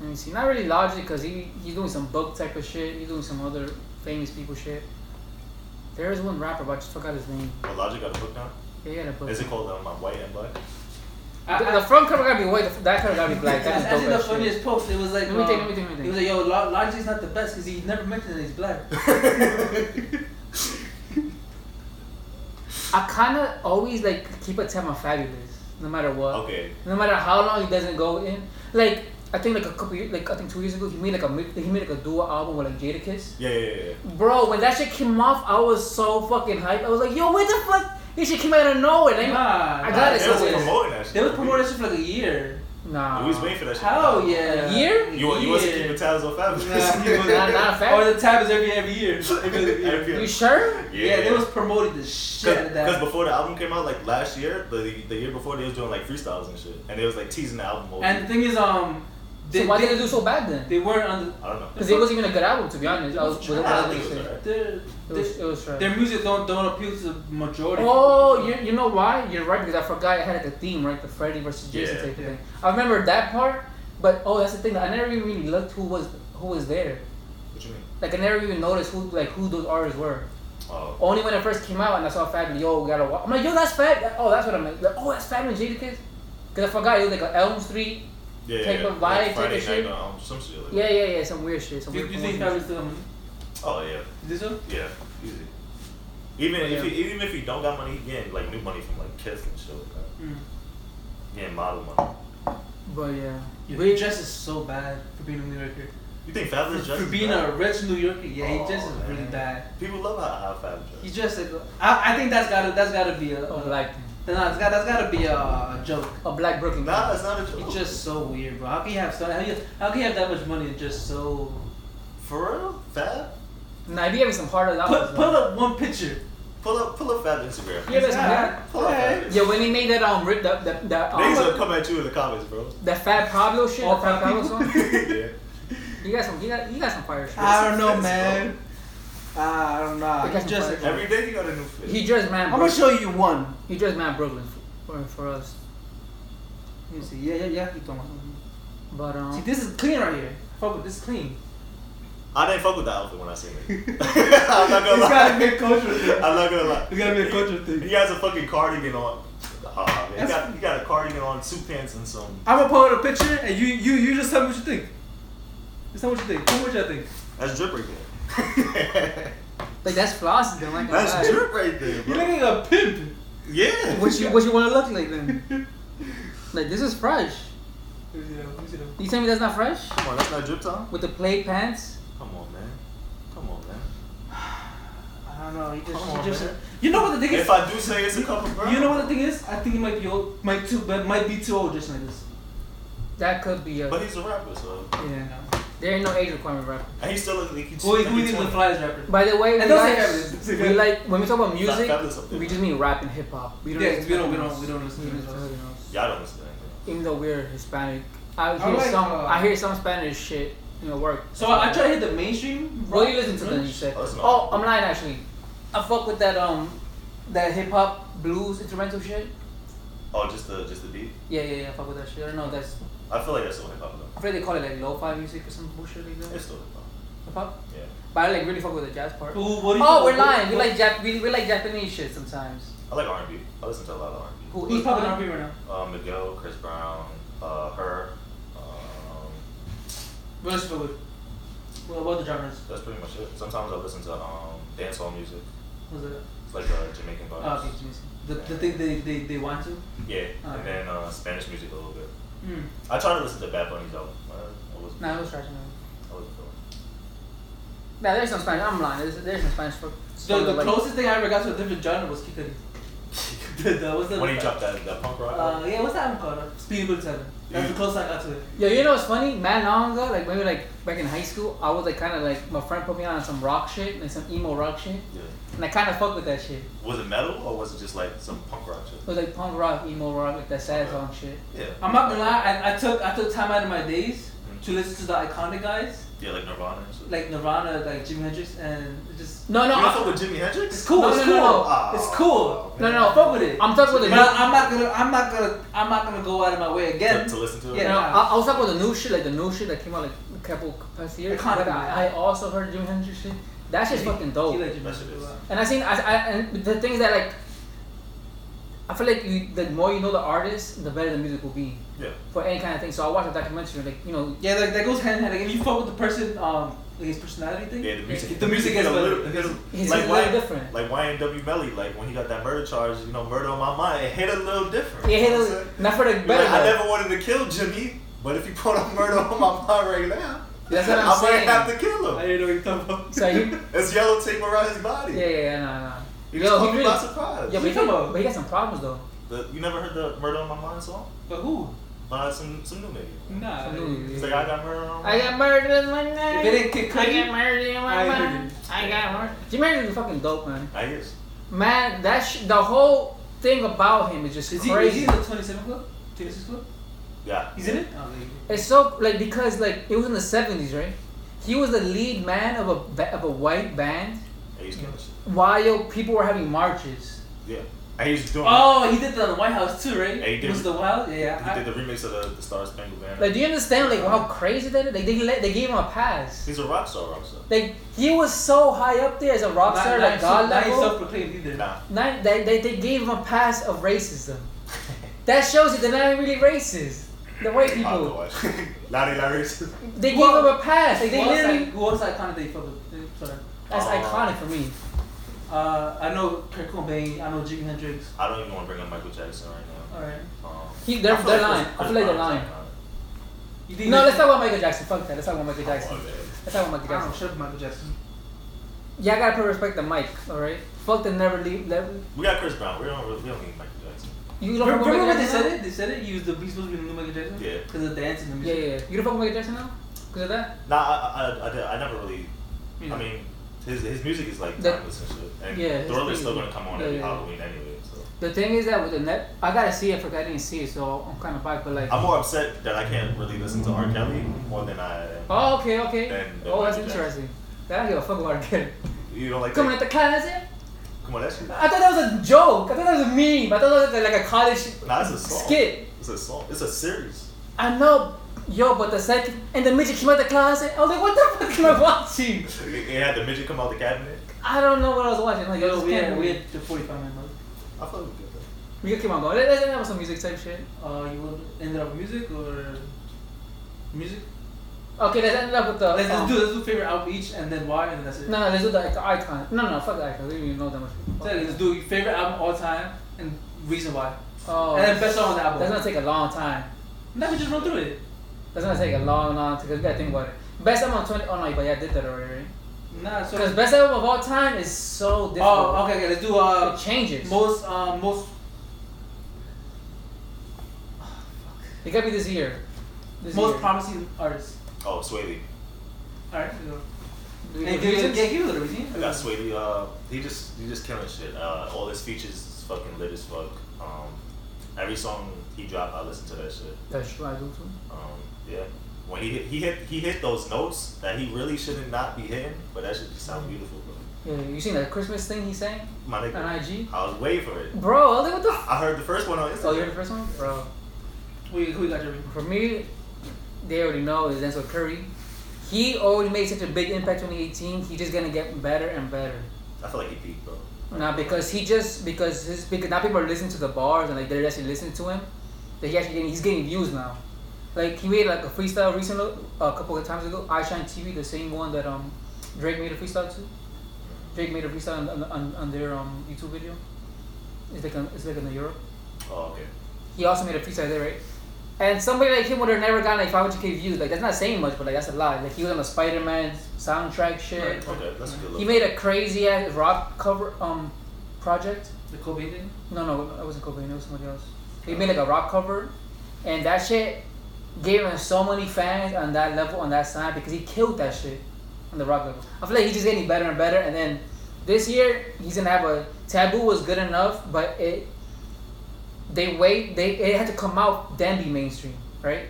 Let me see. Not really Logic, cause he he's doing some book type of shit. He's doing some other famous people shit. There is one rapper, but I just forgot his name.
Well, Logic got a book now.
Yeah, he had a book.
Is it called um, White and
*laughs*
Black?
I,
The,
I,
the front cover gotta be white. The that cover gotta be black.
*laughs*
That
that's
is dope
actually the
as shit.
funniest post. It was like,
Let me
um,
think, let me think, let me think.
It was like, yo, Lo- Logic's not the best because he never mentioned that he's black.
*laughs* I kind of always like keep a tab on Fabulous, no matter what.
okay.
No matter how long he doesn't go in, like I think like a couple years, like I think two years ago, he made like a mi- he made like a duo album with like Jadakiss.
Yeah, yeah, yeah, yeah.
Bro, when that shit came off, I was so fucking hyped. I was like, yo, where the fuck? This shit came out of nowhere. Like,
Nah,
I
nah,
gotta
They
say
was
this.
promoting that shit.
They Ah, was promoting this shit for like a year.
nah.
We was waiting for that shit.
Hell yeah.
A year?
You, wa- you wasn't
Yeah.
keeping tabs on Fabulous.
Nah, he was
*laughs*
Not- not a fact.
Or the tab is every every year. Every other year.
Every-
You sure?
Yeah, they was promoting the shit out of
Because
that.
before the album came out, like last year, the, the year before, they was doing like freestyles and shit, and they was like teasing the album. Over.
And the thing is, um, they,
so why
they,
did it do so bad then?
they weren't on
I don't know.
Because it wasn't even a good album, to be honest. I was, was
I
it
don't
what
think
I
it was
was
alright.
the. Their,
it was, it was trash.
their music don't don't appeal to the majority.
Oh, you, you know why? You're right because I forgot it had like a theme, right? The Freddy versus Jason
Yeah.
type of
Yeah.
thing. I remember that part, but oh, that's the thing. I never even really looked who was who was there.
What you mean?
Like I never even noticed who like who those artists were.
Oh,
Only when it first came out and I saw Fab, yo, gotta watch. I'm like, yo, that's Fab. Oh, that's what I'm like. Oh, that's Fab and Jadakiss. Cause I forgot it was like an Elm Street.
yeah,
Type
yeah.
of vibe,
like
type
Friday
of shit.
night, um, some shit. Like
Yeah,
that.
yeah, yeah. Some weird shit. Some
Do you,
weird
do you think
promotion
Fabulous did that money?
Oh yeah,
Did so?
yeah, easy. Even
Yeah.
if he, even if he don't got money, he getting like new money from like Kiss and shit. Like, that.
Mm.
getting model money.
But yeah,
Yo,
but
he dresses so bad for being a New Yorker.
You think Fab
For,
is just Oh,
for being a rich New Yorker, yeah, he dresses
Oh,
really bad.
People love how how Fab
He
dresses.
dressed like I, I think that's gotta that's gotta be a,
a
a
black thing.
No, no, it's got, that's gotta be a, a joke.
a black Brooklyn.
Nah, it's not a joke.
It's just so weird, bro. How can you have so how, you, how can you have that much money and just so
for real. Fab,
Nah, if you give me some hard allowance.
put put up one picture.
pull up pull up Fab's Instagram.
Yeah, that's
Yeah.
bad.
Pull up Fab.
Yeah, when he made that um rip that that
Oh
that um,
Niggas gonna come at you in the comments, bro. *laughs*
that Fat Pablo shit,
All
that Fat
black
Pablo song.
*laughs*
yeah.
You got some, you got, you got some fire
Uh,
shit.
I don't know, man.
I don't
Look
know.
at
He
some
just,
photos.
Every day you got a new fit.
He just man.
I'm gonna
Brooklyn.
show you one.
He just man Brooklyn for, for us.
You see, yeah, yeah, yeah. You talking about something.
But um,
See, this is clean right here. Fuck with this is clean.
I didn't fuck with that outfit when I seen it.
*laughs*
I'm not gonna
It's gotta
lie.
be a
*laughs*
cultural thing.
I'm not gonna lie.
It's gotta be a cultural thing.
He has a fucking cardigan on. Ah, man. He
That's-
got, he got a cardigan on, two pants, and some.
I'm gonna pull out a picture and you you you just tell me what you think. Just tell me what you think. Tell me what you think.
That's drip right there. *laughs*
like that's floss then. Like
That's drip right there,
You're
bro.
looking like a pimp.
Yeah.
What you what you wanna look like then? *laughs* Like this is fresh.
You know, you know.
You tell me that's not fresh?
Come on, that's not drip time.
With the plaid pants?
Come on, man. Come on, man.
I don't know. He just,
Come on,
he just
man.
you know what the thing is.
If I do say it's a couple, bro.
You know what the thing is? I think he might be old, might too, but might be too old just like this.
That could be a
But he's a rapper, so.
yeah. There ain't no age requirement, rapper.
And he still looks like he's.
Who who is the flyest rapper?
By the way, we
And don't say
like,
everything. Say
we
everything.
like when we talk about
That-
music,
that is something.
we just mean rap and hip hop. We
Yeah,
listen
we
to
don't- we
anything
don't- we
else.
don't listen to anything else.
else.
Y'all don't listen to that.
Even though we're Hispanic, I
I
hear
like,
some
uh,
I hear some Spanish shit in the work.
So I, I try to hit the mainstream.
What do
rock,
you listen to then? You
grunge.
said.
Oh, it's not.
Oh, I'm lying actually. I fuck with that um that hip hop blues instrumental shit.
Oh, just the just the beat.
Yeah, yeah, yeah. I fuck with that shit. I don't know. That's
I feel like that's still hip hop though.
I feel they call it like lo-fi music or some bullshit like that.
It's still hip hop.
Hip hop.
Yeah.
But I like really fuck with the jazz part.
Who- what do you
Oh,
what-
we're lying. We
what-
like Jap- we, we like Japanese shit sometimes.
I like R and B. I listen to a lot of R and B.
Who
Who's
East
popping
Line?
R&B right now?
Uh, Miguel, Chris Brown, uh, her. Um,
What else you fuck with? What about the genres?
that's pretty much it. Sometimes I listen to um, dancehall music.
What's that?
It's like uh, Jamaican vibes.
Oh, okay, Jason. The, the thing they, they, they want to?
Yeah,
Okay.
and then uh, Spanish music a little bit.
Mm.
I tried to listen to Bad Bunny's album. I, I wasn't.
Hmm. Nah, it was trash. man.
I wasn't feeling. it.
Nah, there's some Spanish. I'm lying. There's, there's some Spanish. Fuck,
So the
like,
closest thing I ever got to a different genre was Kikadi. *laughs* the, the, what's the,
When he dropped that, that punk rock.
Uh, yeah, what's that album called? Uh, Speedy Bullet 7. That's the
Yeah.
closest I got to it.
Yo, you know what's funny? Man, long ago, like maybe like back in high school, I was like kind of like my friend put me on some rock shit, like some emo rock shit,
yeah.
and I kind of fuck with that shit.
Was it metal or was it just like some punk rock shit?
It was like punk rock, emo rock, like that sad song shit.
Yeah.
I'm not gonna lie, I, I took I took time out of my days
Mhm.
to listen to the iconic guys
Yeah, like Nirvana and shit.
like Nirvana, like Jimi Hendrix, and it just
No, no,
you don't
I,
fuck with Jimi Hendrix?
it's cool.
No,
it's
no,
cool.
no, no.
Aw,
It's cool.
No,
man.
no,
I fuck with it.
I'm talking with the
But
new.
I'm not gonna I'm not gonna I'm not gonna go out of my way
To,
again.
to listen to it.
You
Yeah.
know, I, I was talking about the new shit, like the new shit that came out like a couple past years.
I can't
but
do that.
I, I also heard Jimi Hendrix shit. That shit's
He-
fucking
he
dope.
like Jimi
That
Hendrix
shit
a
is-
lot.
And I seen I, I and the thing is that like I feel like you the more you know the artist, the better the music will be
Yeah.
for any kind of thing. So I watched a documentary, like you know,
Yeah, like that goes hand in hand. Like if you fuck with the person, um, like his personality thing.
Yeah, the music.
The music is
a
better.
little, it's a-
he's
like
a
why,
little different.
like YNW Melly, like when he got that murder charge, you know, murder on my mind, it hit a little different.
yeah, he
You know what I'm
does-
saying?
not for the better.
You're like, I
though.
never wanted to kill Jimmy, but if you put a murder on my mind right now,
That's what I'm
I
saying.
might have to kill
I
him.
didn't know what you're talking about.
So he,
There's yellow tape around his body.
yeah, yeah, yeah, no, no.
He
Yo,
just
he
caught me
really-
by surprise.
Yeah, but he,
Come on.
but he got some problems though.
The- you never heard the murder on my mind song
But who?
by some some new nigga.
Nah.
Absolutely.
He's like, I got murder on my
I
mind.
got murdered in my night.
If it ain't Kid
I
Cudi,
got murdered in my
I ain't
mind. I got murdered. Jimi Hendrix is fucking dope, man.
I guess.
Man, that sh- the whole thing about him is just
Is he, is
crazy.
he in the 27 club? 26 club?
Yeah.
He's in it? Oh, there you go.
It's so like because like it was in the seventies, right? He was the lead man of a ba- of a white band
And he's killing shit.
while people were having marches.
Yeah. And he's doing
Oh, he did that on the White House too, right?
Yeah, he did.
Was the White House? Yeah.
He
I-
did the remix of the, the Star Spangled Banner.
Like, do you understand like how crazy that is? Like, they let, they gave him a pass.
He's a rock star, rock star.
Like he was so high up there as a rock
not-
star,
not
like God
himself- not
level.
self-proclaimed either.
Nah.
Not, they, they they gave him a pass of racism. That shows you they're not really racist. The white
I'll
people
go watch. Not even racist.
they gave
Well,
him a pass. Like, they
who, else,
literally
like, who else iconic that you fuck with? Eh, Sorry.
that's
Uh,
iconic for me.
Uh, I know Kurt Cobain. I know Jimi Hendrix.
I don't even want to bring up Michael Jackson right now.
All right.
Um,
He- they're-
I feel
they're
Chris-
lying. I
Chris
feel like they're
Brown's
lying.
not
You
No, let's talk about Michael Jackson. Fuck that. Let's talk about Michael Jackson.
Come on, man.
Let's talk about
I
Michael
don't
Jackson.
know, shut up, Michael Jackson.
Yeah, I gotta put respect to Mike, alright? Fuck the never leave. Never.
We got Chris Brown. We don't really, we don't need Michael Jackson.
You don't fuck
Remember,
with Michael
when they
Jackson
said
now?
it? They said it. You was the beast supposed to be the new Michael Jackson.
Yeah.
Because of the dance and the
Yeah,
music.
yeah, yeah. You don't fuck with Michael Jackson now? Because of that?
Nah, I I, I, did- I never really.
Yeah.
I mean, his his music is like
The-
timeless and shit. And
Yeah, his
Thriller is still gonna
music.
come on
Yeah,
every
yeah, yeah.
Halloween anyway. So
The thing is that with the net, I gotta see it because I didn't see it, so I'm kind of back. But like,
I'm more upset that I can't really listen to R. Kelly more than I.
oh okay, okay.
Then the
oh, that's
Michael Jackson.
interesting. I don't give a fuck about it.
You don't like
Coming at
that?
the closet.
Come on, that's nah,
I thought that was a joke. I thought that was a meme. I thought that was like a college
it's a song.
skit.
It's a song. It's a series. *laughs*
I know, yo, but the second and the midget came out the closet. I was like, what the fuck am I watching?
It, it had the midget come out the cabinet.
I don't know what I was watching. Like,
Like,
yo,
yo, we had, we
weird.
had the 45 minute mark.
I thought it was good. though.
We could keep on going. Let- Let's end up with some music type shit.
Uh, you would end up music or music?
Okay, let's end up with the.
let's,
um,
let's do let's do favorite album each and then why and then that's it.
No, no, let's do the ic- icon. No, no, fuck the icon. We don't even know that much.
So, let's do your favorite album all time and reason why.
Oh,
and then best song on the album.
that's gonna take a long time.
Never just run through it.
That's gonna take a long, long time. Cause you gotta think about it. Best album of twenty. Oh no, but yeah, I did that already. Right?
Nah, so
Because best album of all time is so difficult.
oh okay okay let's do uh
It changes.
most uh most
It could be this year. This
most
year.
promising artists.
Oh, Swae Lee.
All right, go.
Do we
And
give
give
reasons?
yeah, give me the reason.
I got
Hmm.
Swae Lee. Uh, he just he just killing shit. Uh, all his features is fucking lit as fuck. Um, every song he dropped, I listen to that shit.
That's true. I do too.
Um, yeah. When he hit, he hit he hit those notes that he really shouldn't not be hitting, but that shit just sound beautiful, bro.
Yeah, you seen that Christmas thing he sang
My
on
nigga,
IG?
I was waiting for it.
Bro, I was like, what the? F-
I I heard the first one on Instagram.
oh, you're the first one, bro.
Who you, who you got Jeremy?
For me, they already know is Denzel Curry. He already made such a big impact 2018. He just gonna get better and better.
I feel like he peaked, bro.
Nah, because he just because his because now people are listening to the bars and like they're actually listening to him. That he actually getting he's getting views now. Like he made like a freestyle recently a couple of times ago. I Shine TV, the same one that um Drake made a freestyle to. Drake made a freestyle on, on- on, on their um YouTube video. It's like on, it's like in the Europe.
Oh, okay.
He also made a freestyle there, right? And somebody like him would have never gotten like 500k views. Like that's not saying much, but like that's a lot. Like he was on a Spider Man soundtrack shit.
Right.
Okay, that's a good look.
He made a crazy ass rock cover um project.
The Kobe thing.
No, no, it wasn't Cobain. It was somebody else. They made like a rock cover, and that shit gave him so many fans on that level on that side because he killed that shit on the rock level. I feel like he's just getting better and better, and then this year he's gonna have a taboo was good enough, but it they wait they it had to come out then be mainstream, right?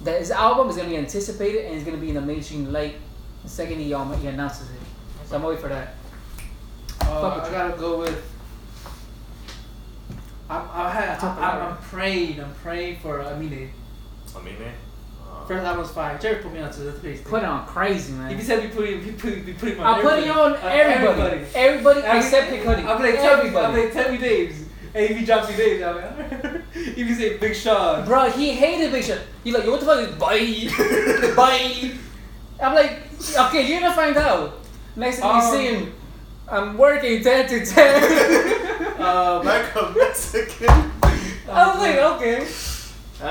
Mm.
That his album is gonna be anticipated and it's gonna be in the mainstream light the second he um, he announces it. So I'm waiting for that.
Uh,
Fuck
I
it.
gotta go with. I'm, I had,
Top
I'm, I'm,
order.
I'm praying, I'm praying for Amine.
I mean, man. Uh,
First album was fine. Jerry put me on to the face. eh.
Put it on crazy man.
If you said we put it, we put, we put him on Uh,
I'm putting on everybody. Everybody, except Kid Cudi.
I'm like, tell me, I'm
everybody.
like, tell me names. And if you drop me names, I'm like, *laughs* if you say Big Sean.
Bro, he hated Big Sean. He like, yo, what the fuck is bye,
*laughs*
bye. I'm like, okay, you're gonna find out. Next time
Um,
you see him, I'm working ten to ten.
*laughs* Um,
Like a Mexican. *laughs*
I was like, okay,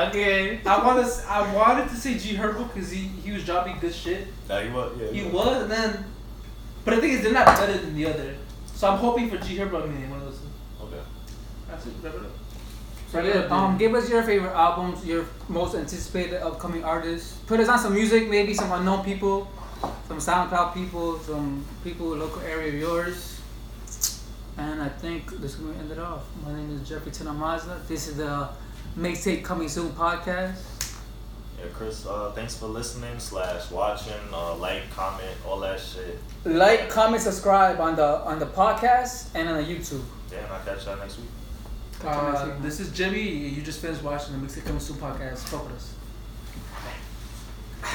okay.
I want to. I wanted to say G Herbo because he he was dropping good shit.
nah, he was. Yeah,
He was, and then, but the thing is, they're not better than the other. So I'm hoping for G Herbo. I mean, one of those. two.
Okay.
That's it. Wrap it up.
So yeah, um, give us your favorite albums, your most anticipated upcoming artists. Put us on some music, maybe some unknown people, some SoundCloud people, some people local area of yours. And I think this is gonna end it off. My name is Jeffrey Tinamazda. This is the Mixtape Coming Soon podcast.
Yeah, Chris. Uh, thanks for listening slash watching. Uh, like, comment, all that shit.
Like, comment, subscribe on the on the podcast and on the YouTube. Uh,
Damn, I'll catch y'all next week.
Uh, this is Jimmy. You just finished watching the Mexican Soup podcast. Fuck with us.